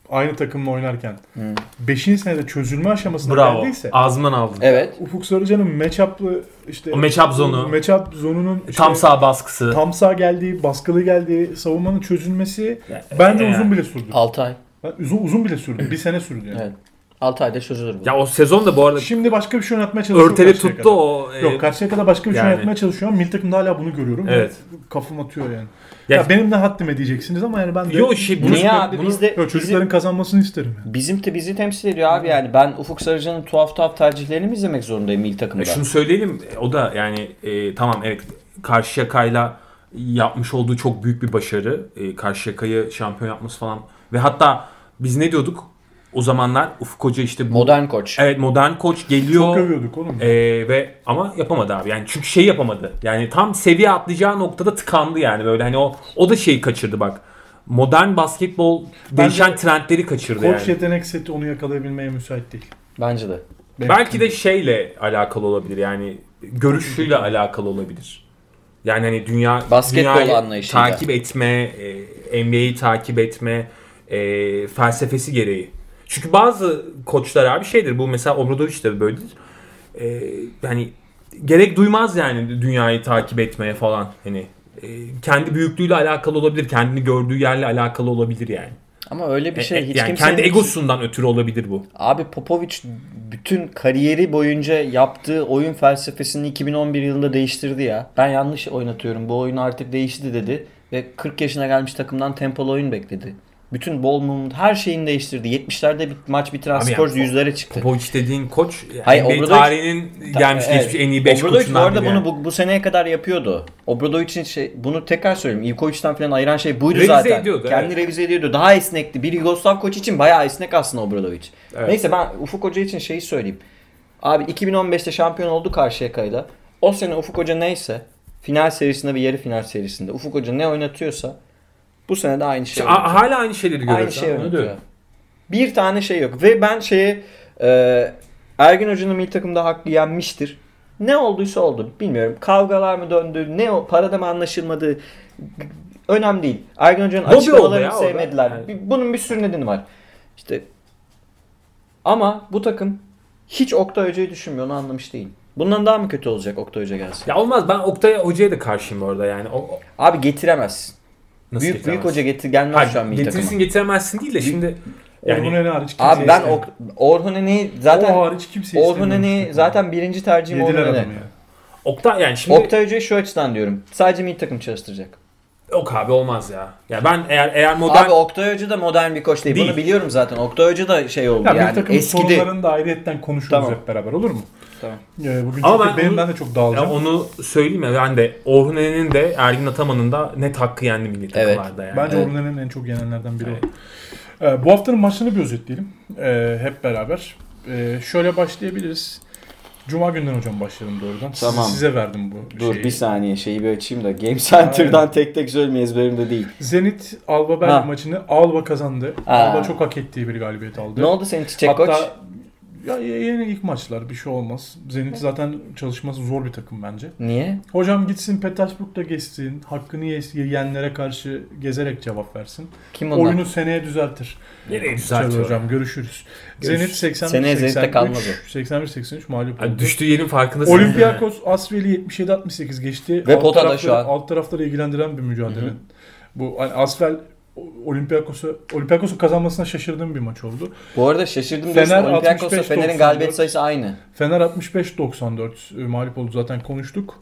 S2: aynı takımla oynarken
S4: Hmm.
S2: 5. senede çözülme aşamasına
S3: Bravo.
S2: geldiyse
S3: Ağzından aldın.
S2: Şey-
S4: Evet.
S2: Ufuk Sarıcan'ın matchup'lı işte
S3: O matchup zonu. E,
S2: matchup zonunun işte
S3: Tam sağ baskısı.
S2: tam sağ geldiği, baskılı geldiği, savunmanın çözülmesi bence
S3: e, yani.
S2: uzun bile sürdü.
S4: 6 ay.
S2: Ben- Uzun, uzun bile sürdü. Bir sene sürdü yani.
S4: Evet. 6 ayda çözülür bu.
S3: Ya o sezon da bu arada
S2: Şimdi başka bir şey oynatmaya çalışıyor.
S3: örteli
S2: karşıya
S3: tuttu
S2: kadar.
S3: o. e,
S2: Yok karşıya kadar başka bir şey
S3: yani.
S2: oynatmaya çalışıyor ama milli takımda hala bunu görüyorum.
S3: Evet.
S2: Kafam atıyor yani.
S3: Ya-
S2: Ya, benim ne haddime diyeceksiniz ama yani ben de...
S3: Yo, şey, bunu-
S4: Niye abi?
S3: bunu-
S4: Biz de,
S2: Yo, çocukların
S4: bizim,
S2: kazanmasını isterim yani.
S4: bizim te- bizi temsil ediyor abi yani. Ben Ufuk Sarıcan'ın tuhaf tuhaf tercihlerini mi izlemek zorundayım milli takımda?
S3: E, Şunu söyleyelim e, o da yani e, tamam evet Karşıyaka'yla yapmış olduğu çok büyük bir başarı. E, Karşıyaka'yı şampiyon yapması falan ve hatta biz ne diyorduk o zamanlar Ufuk Hoca işte bu,
S4: Modern koç.
S3: evet modern koç geliyor.
S2: Çok övüyorduk oğlum.
S3: E, ve ama yapamadı abi. Yani çünkü şey yapamadı. Yani tam seviye atlayacağı noktada tıkandı yani böyle hani o o da şeyi kaçırdı bak. Modern basketbol değişen trendleri kaçırdı
S2: Koç
S3: yani.
S2: yetenek seti onu yakalayabilmeye müsait değil.
S4: Bence de.
S2: Benim
S3: Belki de şeyle alakalı olabilir yani görüşüyle alakalı olabilir. Yani hani dünya
S4: Basketbol
S3: dünyayı
S4: anlayışıyla.
S3: takip etme, e, NBA'yi takip etme e, felsefesi gereği. Çünkü bazı koçlar abi şeydir bu mesela Obradoviç de böyledir. E, yani gerek duymaz yani dünyayı takip etmeye falan hani e, kendi büyüklüğüyle alakalı olabilir, kendini gördüğü yerle alakalı olabilir yani.
S4: Ama öyle bir şey
S3: E,
S4: hiç
S3: yani
S4: kimsenin...
S3: kendi egosundan ötürü olabilir bu.
S4: Abi Popovic bütün kariyeri boyunca yaptığı oyun felsefesini 2011 yılında değiştirdi ya. Ben yanlış oynatıyorum bu oyun artık değişti dedi. Ve 40 yaşına gelmiş takımdan tempolu oyun bekledi. Bütün bol mum her şeyini değiştirdi. 70'lerde bir maç bitiren
S3: Abi
S4: skor
S3: yani
S4: yüzlere çıktı.
S3: Popovic dediğin koç e,
S4: Hayır,
S3: Hayır, NBA
S4: Obradovic-
S3: tarihinin gelmiş
S4: Evet.
S3: geçmiş en iyi 5
S4: Obradovic bu
S3: koçundan
S4: arada
S3: biri.
S4: bunu
S3: yani.
S4: bu, bu seneye kadar yapıyordu. Obradovic'in şey, bunu tekrar söyleyeyim. İlkoviç'ten falan ayıran şey buydu
S3: Revize
S4: zaten.
S3: ediyordu,
S4: Kendi
S3: evet.
S4: revize ediyordu. Daha esnekti. Bir Yugoslav koç için bayağı esnek aslında Obradovic.
S3: Evet.
S4: Neyse ben Ufuk Hoca için şeyi söyleyeyim. Abi 2015'te şampiyon oldu Karşıyaka'yla. O sene Ufuk Hoca neyse final serisinde ve yarı final serisinde Ufuk Hoca ne oynatıyorsa bu sene de aynı şey.
S3: A-
S4: oynatıyor.
S3: hala aynı şeyleri görüyoruz.
S4: Aynı şey
S3: ha, onu
S4: oynatıyor.
S3: diyorum.
S4: Bir tane şey yok. Ve ben şeye e, Ergin Hoca'nın milli takımda hakkı yenmiştir. Ne olduysa oldu. Bilmiyorum. Kavgalar mı döndü? Ne o? Parada mı anlaşılmadı? Önemli değil. Ergin Hoca'nın
S3: Hobi oldu
S4: açıklamalarını
S3: ya o da.
S4: sevmediler.
S3: Yani.
S4: Bir- Bunun bir sürü nedeni var. İşte ama bu takım hiç Oktay Hoca'yı düşünmüyor. Onu anlamış değil. Bundan daha mı kötü olacak Oktay Hoca gelsin?
S3: Ya olmaz ben Oktay Hoca'ya da karşıyım orada yani. O, o-
S4: Abi getiremezsin.
S3: nasıl
S4: büyük
S3: getiremezsin?
S4: büyük hoca getir gelmez
S3: Hayır,
S4: şu an milli
S3: Getirirsin
S4: takıma.
S3: getiremezsin değil de şimdi
S2: yani, Orhun
S3: yani
S2: Ener hariç kimse
S4: Abi ben
S2: istemiyor.
S4: Ok- Orhun Ene'yi zaten
S2: o hariç kimse
S4: Orhun
S2: istemiyor.
S4: Eni zaten birinci tercihim Orhun
S2: Yediler
S4: Eni.
S2: adamı ya.
S3: Oktay yani şimdi
S4: Oktay Hoca'yı şu açıdan diyorum. Sadece milli takım çalıştıracak.
S3: yok abi olmaz ya. Ya ben eğer eğer modern
S4: Abi Oktay Hoca da modern bir koç değil.
S3: Değil.
S4: Bunu biliyorum zaten. Oktay Hoca da şey oldu
S2: Ya bir
S4: yani.
S2: takım
S4: Eskidi.
S2: sorunlarını da ayrıyetten konuşuruz
S4: Tamam.
S2: hep beraber olur mu?
S4: Tamam.
S2: Ee, bugün
S3: Ama
S2: çünkü
S3: ben
S2: benim
S3: onu-
S2: ben de çok
S3: Ya
S2: dağılacağım.
S3: onu söyleyeyim ya ben de Orhun Eren'in de Ergin Ataman'ın da net hakkı yendi milli
S4: Evet.
S3: takımlarda yani.
S2: Bence
S4: Evet.
S2: Orhun Eren'in en çok yenenlerden biri o. Ee, bu haftanın maçlarını bir özetleyelim. Ee, hep beraber. Ee, şöyle başlayabiliriz. Cuma günden hocam başlayalım doğrudan. Size-
S4: Tamam.
S2: Size, verdim bu
S4: Dur
S2: şeyi.
S4: bir saniye şeyi bir açayım da Game Center'dan tek tek söylemeye ezberimde değil.
S2: Zenit Alba Berlin
S4: Ha.
S2: maçını Alba kazandı.
S4: Ha.
S2: Alba çok hak ettiği bir galibiyet aldı.
S4: Ne oldu senin çiçek
S2: Hatta
S4: koç?
S2: ya ya- yeni ilk maçlar bir şey olmaz. Zenit zaten çalışması zor bir takım bence.
S4: Niye?
S2: Hocam gitsin Petersburg'da geçsin. Hakkını yes- yiyenlere karşı gezerek cevap versin.
S4: Kim bunlar?
S2: Oyunu seneye düzeltir.
S3: Nereye
S2: Çağla
S3: düzeltiyor?
S2: hocam görüşürüz.
S3: Görüş-
S2: Zenit 81
S4: Seneye Zenit'te kalmadı.
S2: 81 83 mağlup
S3: Yani
S2: oldu.
S3: düştüğü yerin farkındasın.
S2: Olimpiyakos Asveli 77 68 geçti.
S4: Ve potada
S2: tarafları-
S4: şu an.
S2: Alt tarafları ilgilendiren bir mücadele. Bu hani Asvel Olympiakos'u Olympiakos'un kazanmasına şaşırdığım bir maç oldu.
S4: Bu arada şaşırdım
S2: Fener
S4: diyorsun. Olympiakos'ta
S2: 65-94.
S4: Fener'in galibiyet sayısı aynı.
S2: Fener 65-94 e, mağlup oldu zaten konuştuk.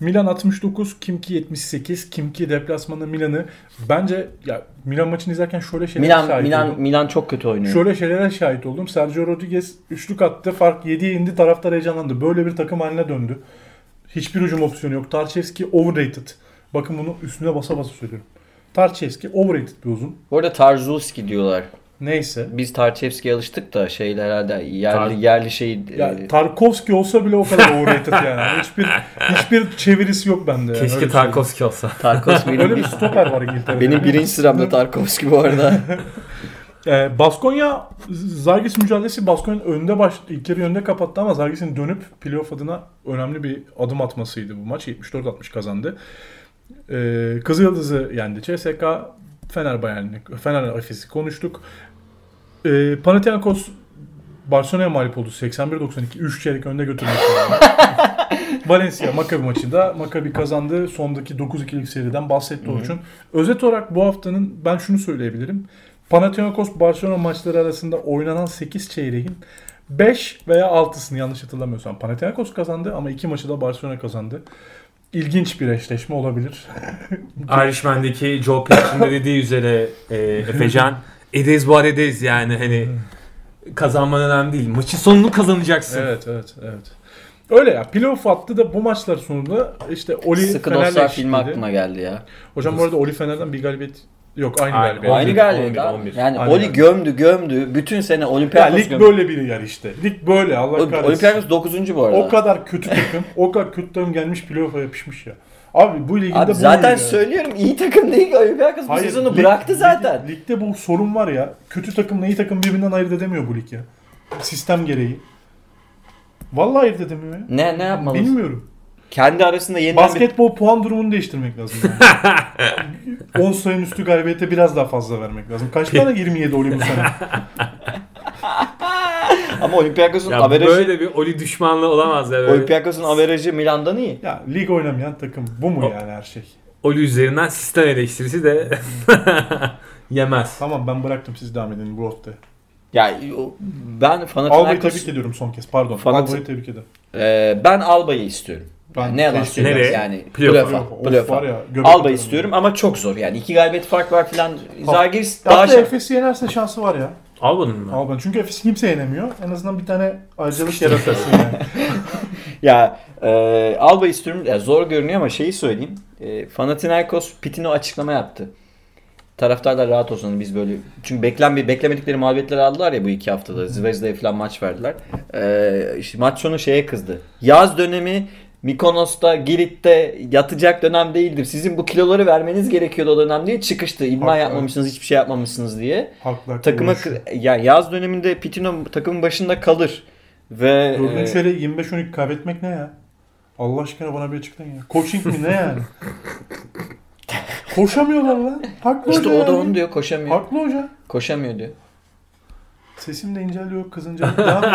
S2: Milan 69, Kimki 78. Kimki deplasmanı Milan'ı bence ya Milan maçını izlerken şöyle şeyler
S4: Milan Milan Milan çok kötü oynuyor.
S2: Şöyle şeylere şahit oldum. Sergio Rodriguez üçlük attı. Fark 7'ye indi. Taraftar heyecanlandı. Böyle bir takım haline döndü. Hiçbir hücum opsiyonu yok. Tarçevski overrated. Bakın bunu üstüne basa basa söylüyorum. Tarçevski overrated bir uzun.
S4: Bu arada Tarzulski diyorlar.
S2: Neyse.
S4: Biz Tarçevski'ye alıştık da şeyler herhalde yerli
S3: Tar-
S4: yerli şey
S2: Ya, Tarkovski olsa bile o kadar overrated yani. Hiçbir hiçbir çevirisi yok bende. yani.
S3: Keşke
S2: Öyle
S4: şey
S3: Tarkovski olsa.
S4: Tarkos
S2: söyleyeyim. Öyle
S4: benim
S2: bir stoper var İngiltere'de.
S4: benim birinci sıramda Tarkovski bu arada.
S2: Ee, Baskonya Zargis mücadelesi Baskonya'nın önde baş ilk yarı önde kapattı ama Zargis'in dönüp playoff adına önemli bir adım atmasıydı bu maç. 74-60 kazandı. Ee, Kızıldız'ı yendi CSK. Fener Bayern'i, Fener Efes'i konuştuk. Ee, Panathinaikos Barcelona'ya mağlup oldu. 81-92. 3 çeyrek önde götürmek. Valencia Maccabi maçında Maccabi kazandı. Sondaki 9-2'lik seriden bahsetti Orçun. Özet olarak bu haftanın ben şunu söyleyebilirim. Panathinaikos Barcelona maçları arasında oynanan 8 çeyreğin 5 veya 6'sını yanlış hatırlamıyorsam Panathinaikos kazandı ama 2 maçı da Barcelona kazandı. İlginç bir eşleşme olabilir.
S3: Irishman'deki Joe Pesci'nin de dediği üzere e, Efecan it is what it is yani hani kazanman önemli değil. Maçın sonunu kazanacaksın.
S2: evet, evet, evet. Öyle ya. Playoff hattı da bu maçlar sonunda işte Oli
S4: Sıkı
S2: Fener'le
S4: dostlar
S2: eşitledi.
S4: filmi aklıma geldi ya.
S2: Hocam bu arada Oli Fener'den bir galibiyet yok aynı
S3: Aynı,
S2: galibiyet.
S3: on
S4: Aynı
S3: bir,
S4: galibiyet
S3: on bir,
S4: abi.
S3: on bir.
S4: Yani
S2: Aynı
S4: Oli
S2: galibiyet.
S4: gömdü gömdü. Bütün sene
S2: Ya
S4: Olympiakos
S2: lig
S4: gömdü.
S2: böyle bir yer işte. Lig böyle Allah kahretsin.
S4: Olympiakos 9. bu arada.
S2: O kadar kötü takım, o kadar kötü takım gelmiş playoff'a yapışmış ya. Abi bu liginde
S4: Abi
S2: bu
S4: zaten
S2: ya.
S4: söylüyorum iyi takım değil ki Olympiakos bu
S2: Hayır,
S4: sezonu
S2: lig-
S4: bıraktı
S2: lig-
S4: zaten.
S2: ligde bu sorun var ya. Kötü takımla iyi takım birbirinden ayırt edemiyor bu lig ya. Sistem gereği. Vallahi ayırt edemiyor ya.
S4: Ne ne yapmalısın?
S2: Bilmiyorum.
S4: Kendi arasında yeniden
S2: Basketbol puan durumunu değiştirmek lazım. Yani. 10 sayının üstü galibiyete biraz daha fazla vermek lazım. Kaç tane 27 olayım bu sene?
S4: bir... Ama Olympiakos'un
S3: Ya
S4: averajı
S3: böyle bir Oli düşmanlığı olamaz ya. Böyle.
S4: Olympiakos'un averajı Milan'dan iyi.
S2: Ya lig oynamayan takım bu mu yani her şey?
S3: Oli üzerinden sistem eleştirisi de yemez.
S2: Tamam ben bıraktım siz devam edin bu hafta.
S4: Ya o- ben
S2: Albay'ı
S4: Panathinaikos
S2: tebrik ediyorum son kez pardon.
S4: Fanat-
S2: Albay'ı tebrik ederim.
S4: Ee, ben Alba'yı istiyorum.
S2: Ben
S4: ne yalan
S2: keşke-
S4: söyleyeyim
S3: Nereye?
S4: yani.
S3: Playoff'a.
S4: Playoff'a.
S2: Of,
S4: Playoff'a.
S2: var ya, göbek
S4: Alba
S2: atarım.
S4: istiyorum ama çok zor yani. iki galibiyet fark var filan.
S2: Ha.
S4: Zagiris daha
S2: Hatta
S4: şey.
S2: Efes'i yenerse şansı var ya.
S3: Alba'nın mı?
S2: Alban. Çünkü Efes'i kimse yenemiyor. En azından bir tane ayrıcalık yaratırsın yani.
S4: Ya e, Alba istiyorum. Ya zor görünüyor ama şeyi söyleyeyim. E, Panathinaikos Pitino açıklama yaptı. Taraftarlar rahat olsun biz böyle. Çünkü beklen beklemedikleri mağlubiyetleri aldılar ya bu iki haftada. Zvezda'ya falan maç verdiler. E, işte maç sonu şeye kızdı. Yaz dönemi Mikonos'ta, Girit'te yatacak dönem değildir. Sizin bu kiloları vermeniz gerekiyordu o dönem diye çıkıştı. İdman
S2: Haklı.
S4: yapmamışsınız, hiçbir şey yapmamışsınız diye.
S2: Haklı haklı.
S4: Takıma
S2: Dördüncü
S4: ya yaz döneminde Pitino takımın başında kalır ve e,
S2: Dördüncü yere 25-12 kaybetmek ne ya? Allah aşkına bana bir açıklayın ya. Coaching mi ne yani? Koşamıyorlar lan. Haklı
S4: işte
S2: hoca
S4: o da
S2: yani.
S4: onu diyor koşamıyor.
S2: Haklı hoca.
S4: Koşamıyor diyor.
S2: Sesim de inceliyor, kızınca devam edin.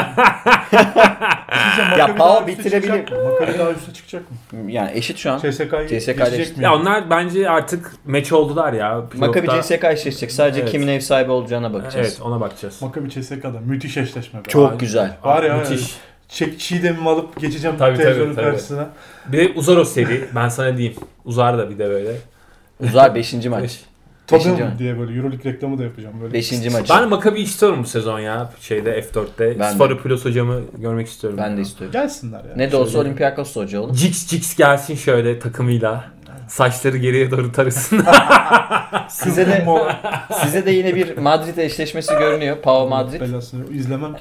S2: Sizce
S4: Ya
S2: Maccabi
S4: Pau
S2: daha üste
S4: bitirebilir.
S2: çıkacak mı? Maccabi daha üste çıkacak mı?
S4: Yani eşit şu an.
S3: Şey,
S2: CSK'yı
S4: CSK
S2: geçecek
S4: eşit.
S2: mi?
S3: Ya onlar bence artık meç oldular ya.
S4: Maccabi
S3: Playoff'ta-
S4: CSK eşleşecek. Sadece
S3: Evet.
S4: kimin ev sahibi olacağına bakacağız.
S3: Evet ona bakacağız.
S2: Maccabi CSK'da müthiş eşleşme. Be.
S4: Çok güzel.
S2: Var ya,
S3: Müthiş.
S2: Çek çiğdemimi alıp geçeceğim
S3: Tabii,
S2: televizyonun
S3: tabii, tabii.
S2: karşısına.
S3: Bir de uzar o seri. Ben sana diyeyim. Uzar da bir de böyle.
S4: Uzar 5. maç. Beşinci
S2: Tadım
S4: mi?
S2: diye böyle Euroleague reklamı da yapacağım. Böyle
S4: 5. maç.
S3: Ben
S4: Ben,
S3: Maccabi istiyorum bu sezon ya. Şeyde F4'te.
S4: Ben de.
S3: Sfaro Plus hocamı görmek istiyorum.
S4: de istiyorum.
S2: Gelsinler ya.
S4: Ne de olsa Olympiakos hoca oğlum.
S3: Cix Cix gelsin şöyle takımıyla. Saçları geriye doğru tarasın.
S4: Size de size de yine bir Madrid eşleşmesi görünüyor. Pau Madrid.
S2: Belasını izlemem ki.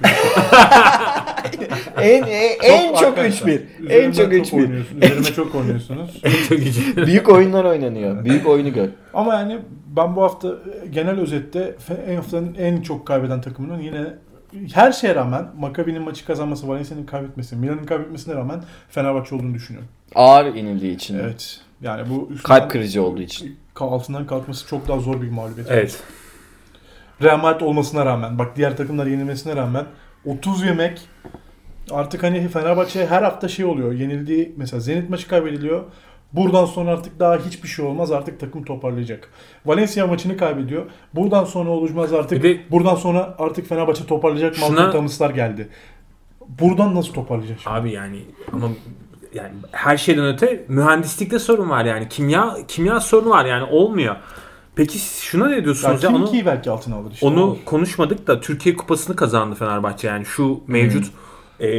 S4: en en, en çok
S2: arkadaşlar,
S4: 3-1. En
S2: üzerime
S4: çok 3-1.
S2: oynuyorsunuz, Üzerime çok oynuyorsunuz.
S3: Çok güzel.
S4: Büyük oyunlar oynanıyor. Büyük oyunu gör.
S2: Ama yani ben bu hafta e, genel özette fe- en haftanın en çok kaybeden takımının yine her şeye rağmen Maccabi'nin maçı kazanması, Valencia'nın kaybetmesi, Milan'ın kaybetmesine rağmen Fenerbahçe olduğunu düşünüyorum.
S4: Ağır inildiği için.
S2: Evet. Yani bu üstünden-
S4: Kalp kırıcı olduğu için.
S2: Ka- Altından kalkması çok daha zor bir mağlubiyet.
S3: Evet.
S2: Real Madrid olmasına rağmen bak diğer takımlar yenilmesine rağmen 30 yemek artık hani Fenerbahçe her hafta şey oluyor. Yenildiği mesela Zenit maçı kaybediliyor. Buradan sonra artık daha hiçbir şey olmaz. Artık takım toparlayacak. Valencia maçını kaybediyor. Buradan sonra oluşmaz artık.
S3: Bir de-
S2: buradan sonra artık Fenerbahçe toparlayacak.
S3: Şuna-
S2: Şuna... Malcolm geldi. Buradan nasıl toparlayacak? şimdi?
S3: Abi yani ama yani her şeyden öte mühendislikte sorun var yani. Kimya kimya sorunu var yani olmuyor. Peki siz şuna ne
S2: Ya
S3: diyorsunuz ya? Onu,
S2: Kimki'yi belki altına alır işte.
S3: onu
S2: Olur.
S3: konuşmadık da Türkiye Kupası'nı kazandı Fenerbahçe. Yani şu mevcut e,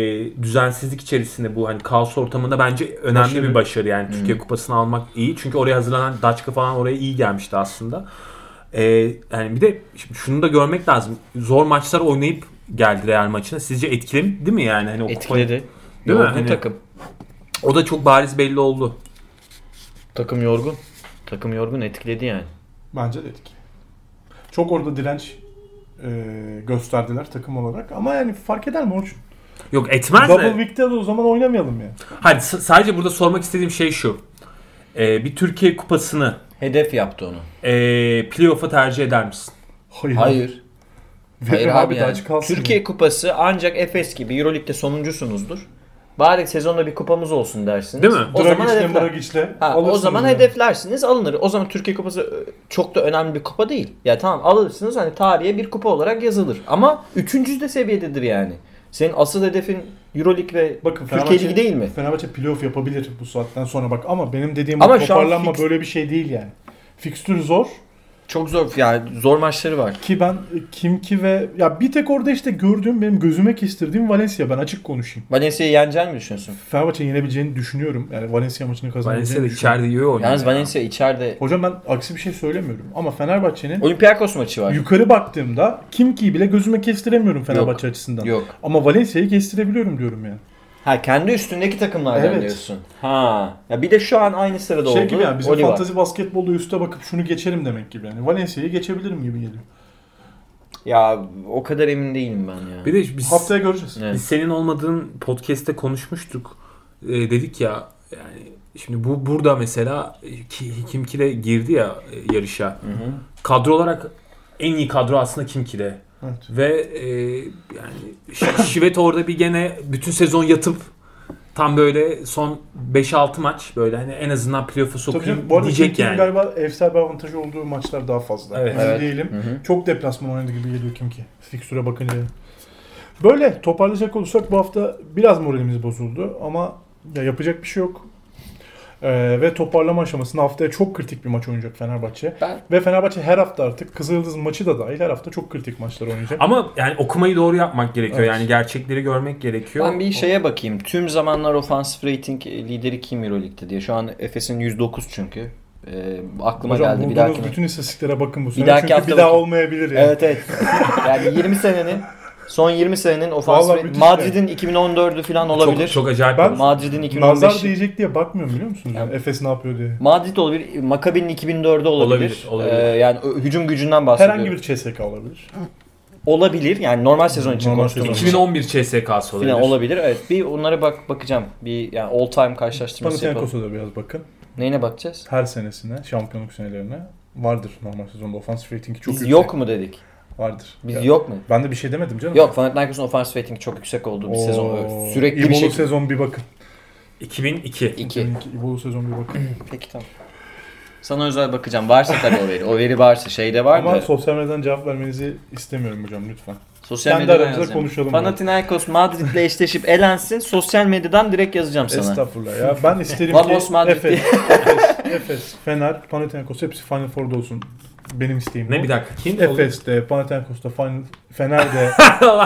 S3: düzensizlik içerisinde bu hani kaos ortamında bence önemli
S2: Başarı.
S3: bir başarı. Yani Türkiye Kupası'nı almak iyi. Çünkü oraya hazırlanan Daçka falan oraya iyi gelmişti aslında. E, yani bir de şimdi şunu da görmek lazım. Zor maçlar oynayıp geldi Real maçına. Sizce etkiledi mi yani? Hani o kupayı-
S4: Etkiledi.
S3: Değil mi?
S4: yorgun
S3: Hani-
S4: takım.
S3: O da çok bariz belli oldu.
S4: Takım yorgun. Takım yorgun etkiledi yani.
S2: Bence de etki. Çok orada direnç e, gösterdiler takım olarak. Ama yani fark eder mi Orçun?
S3: Yok etmez
S2: Double
S3: de.
S2: Week'te de o zaman oynamayalım ya.
S3: Hayır s- sadece burada sormak istediğim şey şu. Ee, bir Türkiye kupasını
S4: Hedef yaptı onu.
S3: ee, playoff'a tercih eder misin?
S2: Hayır.
S4: Hayır.
S2: Ve-
S4: Hayır
S2: ve
S4: abi,
S2: daha
S4: yani.
S2: açık kalsın
S4: Türkiye
S2: ya.
S4: Kupası ancak Efes gibi Euroleague'de sonuncusunuzdur. Bari sezonda bir kupamız olsun dersiniz.
S3: Değil mi?
S4: O zaman
S2: Dragic'le,
S4: hedefler.
S2: Maragic'le
S4: Ha, o
S2: alırsınız
S4: zaman
S2: yani.
S4: hedeflersiniz alınır. O zaman Türkiye Kupası ö, çok da önemli bir kupa değil. Ya tamam alırsınız hani tarihe bir kupa olarak yazılır. Ama üçüncü de seviyededir yani. Senin asıl hedefin Euroleague ve
S2: Bakın
S4: Türkiye
S2: Fenerbahçe-
S4: Ligi değil mi?
S2: Fenerbahçe playoff yapabilir bu saatten sonra bak ama benim dediğim
S4: Ama
S2: bu
S4: şu an
S2: toparlanma
S4: fix-
S2: böyle bir şey değil yani. Fikstür zor
S4: Çok zor yani zor maçları var.
S2: ki ben e, kim ki ve ya bir tek orada işte gördüğüm benim gözüme kestirdiğim Valencia ben açık konuşayım.
S4: Valencia'yı yeneceğini mi düşünüyorsun?
S2: Fenerbahçe'nin yenebileceğini düşünüyorum. Yani Valencia maçını
S3: Valencia da
S2: kazanabileceğini düşünüyorum.
S3: içeride iyi oynuyor.
S4: Yalnız
S3: ya.
S4: Valencia içeride
S2: Hocam ben aksi bir şey söylemiyorum ama Fenerbahçe'nin
S4: Olympiakos maçı var.
S2: yukarı baktığımda kim ki bile gözüme kestiremiyorum Fenerbahçe açısından.
S4: Yok.
S2: Ama Valencia'yı kestirebiliyorum diyorum yani.
S4: Ha kendi üstündeki takımlardan
S2: Evet.
S4: diyorsun. Ha. Ya bir de şu an aynı sırada
S2: Şey
S4: oldu.
S2: gibi yani bizim
S4: Oliva.
S2: fantezi basketbolda üste bakıp şunu geçerim demek gibi yani. Valencia'yı geçebilirim gibi geliyor.
S4: Ya o kadar emin değilim ben ya.
S3: Bir de biz,
S2: Haftaya göreceğiz.
S4: Evet.
S3: biz senin olmadığın podcast'te konuşmuştuk. Ee, dedik ya yani şimdi bu burada mesela e, ki, Kimki de girdi ya e, yarışa. Kadro olarak en iyi kadro aslında Kimki'de.
S2: Evet.
S3: Ve e, yani Ş- Şivet orada bir gene bütün sezon yatıp tam böyle son 5-6 maç böyle hani en azından playoff'a
S2: Tabii
S3: sokayım
S2: canım, bu arada
S3: diyecek
S2: Kimki'nin
S3: yani.
S2: galiba evsel bir avantajı olduğu maçlar daha fazla.
S3: Evet.
S2: Evet.
S4: Evet.
S2: diyelim.
S4: Hı hı.
S2: Çok deplasman oynadı gibi geliyor Kimki. Fikstüre bakınca. Böyle toparlayacak olursak bu hafta biraz moralimiz bozuldu ama ya yapacak bir şey yok. Ee, ve toparlama aşamasında haftaya çok kritik bir maç oynayacak Fenerbahçe.
S4: Ben-
S2: Ve Fenerbahçe her hafta artık Kızıl Yıldız maçı da dahil her hafta çok kritik maçlar oynayacak.
S3: Ama yani okumayı doğru yapmak gerekiyor.
S2: Evet.
S3: Yani gerçekleri görmek gerekiyor.
S4: Ben bir şeye bakayım. Tüm zamanlar ofansif rating e, lideri kim Euroleague'de diye. Şu an Efes'in 109 çünkü. Ee, aklıma
S2: Hocam
S4: geldi bir
S2: bulduğunuz
S4: dahaki.
S2: bütün istatistiklere bakın bu sene.
S4: dahaki
S2: Çünkü
S4: hafta
S2: bir daha
S4: bakın.
S2: olmayabilir yani.
S4: Evet evet. yani 20 senenin son 20 senenin
S2: Vallahi
S4: ofansif
S2: müthiş
S4: Madrid'in 2014'ü falan olabilir.
S3: Çok, çok acayip.
S2: Ben-
S3: olmuş.
S4: Madrid'in
S2: Nazar
S4: 2015'i.
S2: diyecek diye bakmıyorum biliyor musunuz?
S4: Yani-
S2: Efes ne yapıyor diye.
S4: Madrid olabilir. Maccabi'nin 2004'ü olabilir.
S3: Olabilir, olabilir.
S4: Ee, yani ö- hücum gücünden bahsediyorum.
S2: Herhangi bir CSK olabilir.
S4: olabilir. Yani normal sezon için
S2: Normal
S4: konuştuğumuz
S2: sezon
S4: için.
S3: 2011 CSK'sı olabilir.
S4: Falan olabilir. Evet. Bir onlara bak bakacağım. Bir yani all time karşılaştırması yapalım.
S2: Panathinaikos'a da biraz bakın.
S4: Neyine bakacağız?
S2: Her senesine, şampiyonluk senelerine vardır normal sezonda ofansif ratingi çok
S4: Biz
S2: yüksek.
S4: yok mu dedik?
S2: Vardır.
S4: Biz
S2: Ya,
S4: yok mu?
S2: Ben de bir şey demedim canım.
S4: Yok Panathinaikos'un offense rating çok yüksek olduğu bir
S2: Oo,
S4: sezon. Sürekli bir
S2: İbolu
S4: şey.
S2: sezon bir bakın.
S3: 2002.
S4: 2.
S2: Deminki İbolu sezon bir bakın.
S4: Peki tamam. Sana özel bakacağım. Varsa tabii o veri. O veri varsa. Şeyde var
S2: Ama
S4: da.
S2: sosyal medyadan cevap vermenizi istemiyorum hocam lütfen.
S4: Sosyal
S2: kendi
S4: medyadan
S2: aramızda
S4: yazacağım.
S2: konuşalım bunu.
S4: Panathinaikos Madrid'le eşleşip elensin. Sosyal medyadan direkt yazacağım sana.
S2: Estağfurullah ya. Ben isterim ki
S4: Vamos Madrid
S2: Efes, Efes, Efes, Fener, Panathinaikos hepsi Final Four'da olsun. Benim isteğim
S3: Ne
S2: bu.
S3: bir dakika kim?
S2: Efes'te, Panathinaikos'ta, Final, Fener'de,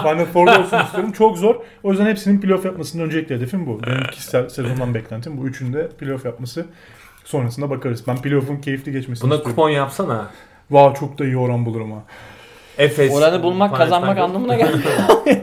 S2: Final Four'da olsun istiyorum. Çok zor. O yüzden hepsinin playoff yapmasının öncelikli hedefim bu. Benim kişisel sezondan beklentim bu. Üçünde playoff yapması. Sonrasında bakarız. Ben playoff'un keyifli geçmesini
S3: Buna
S2: istiyorum.
S3: kupon yapsana.
S2: Vay çok da iyi oran bulurum ha.
S3: Efes.
S4: Oranı bulmak, kazanmak
S3: Panathinaikos.
S4: anlamına gelmiyor.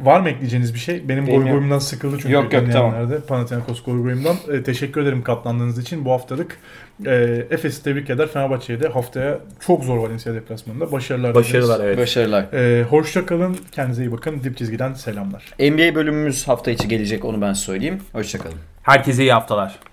S2: Var mı ekleyeceğiniz bir şey? Benim
S4: Benim
S2: goy goyumdan sıkıldı çünkü
S4: Yok, yok,
S2: dinleyenlerde. Panathinaikos goy goyumdan. E, teşekkür ederim katlandığınız için. Bu haftalık e, Efes'i tebrik eder. Fenerbahçe'ye de haftaya çok zor Valencia deplasmanında. Başarılar dileriz.
S3: Başarılar evet.
S4: Başarılar.
S2: E, hoşça kalın. Kendinize iyi bakın. Dip çizgiden selamlar.
S4: NBA bölümümüz hafta içi gelecek onu ben söyleyeyim. Hoşçakalın.
S3: Herkese iyi haftalar.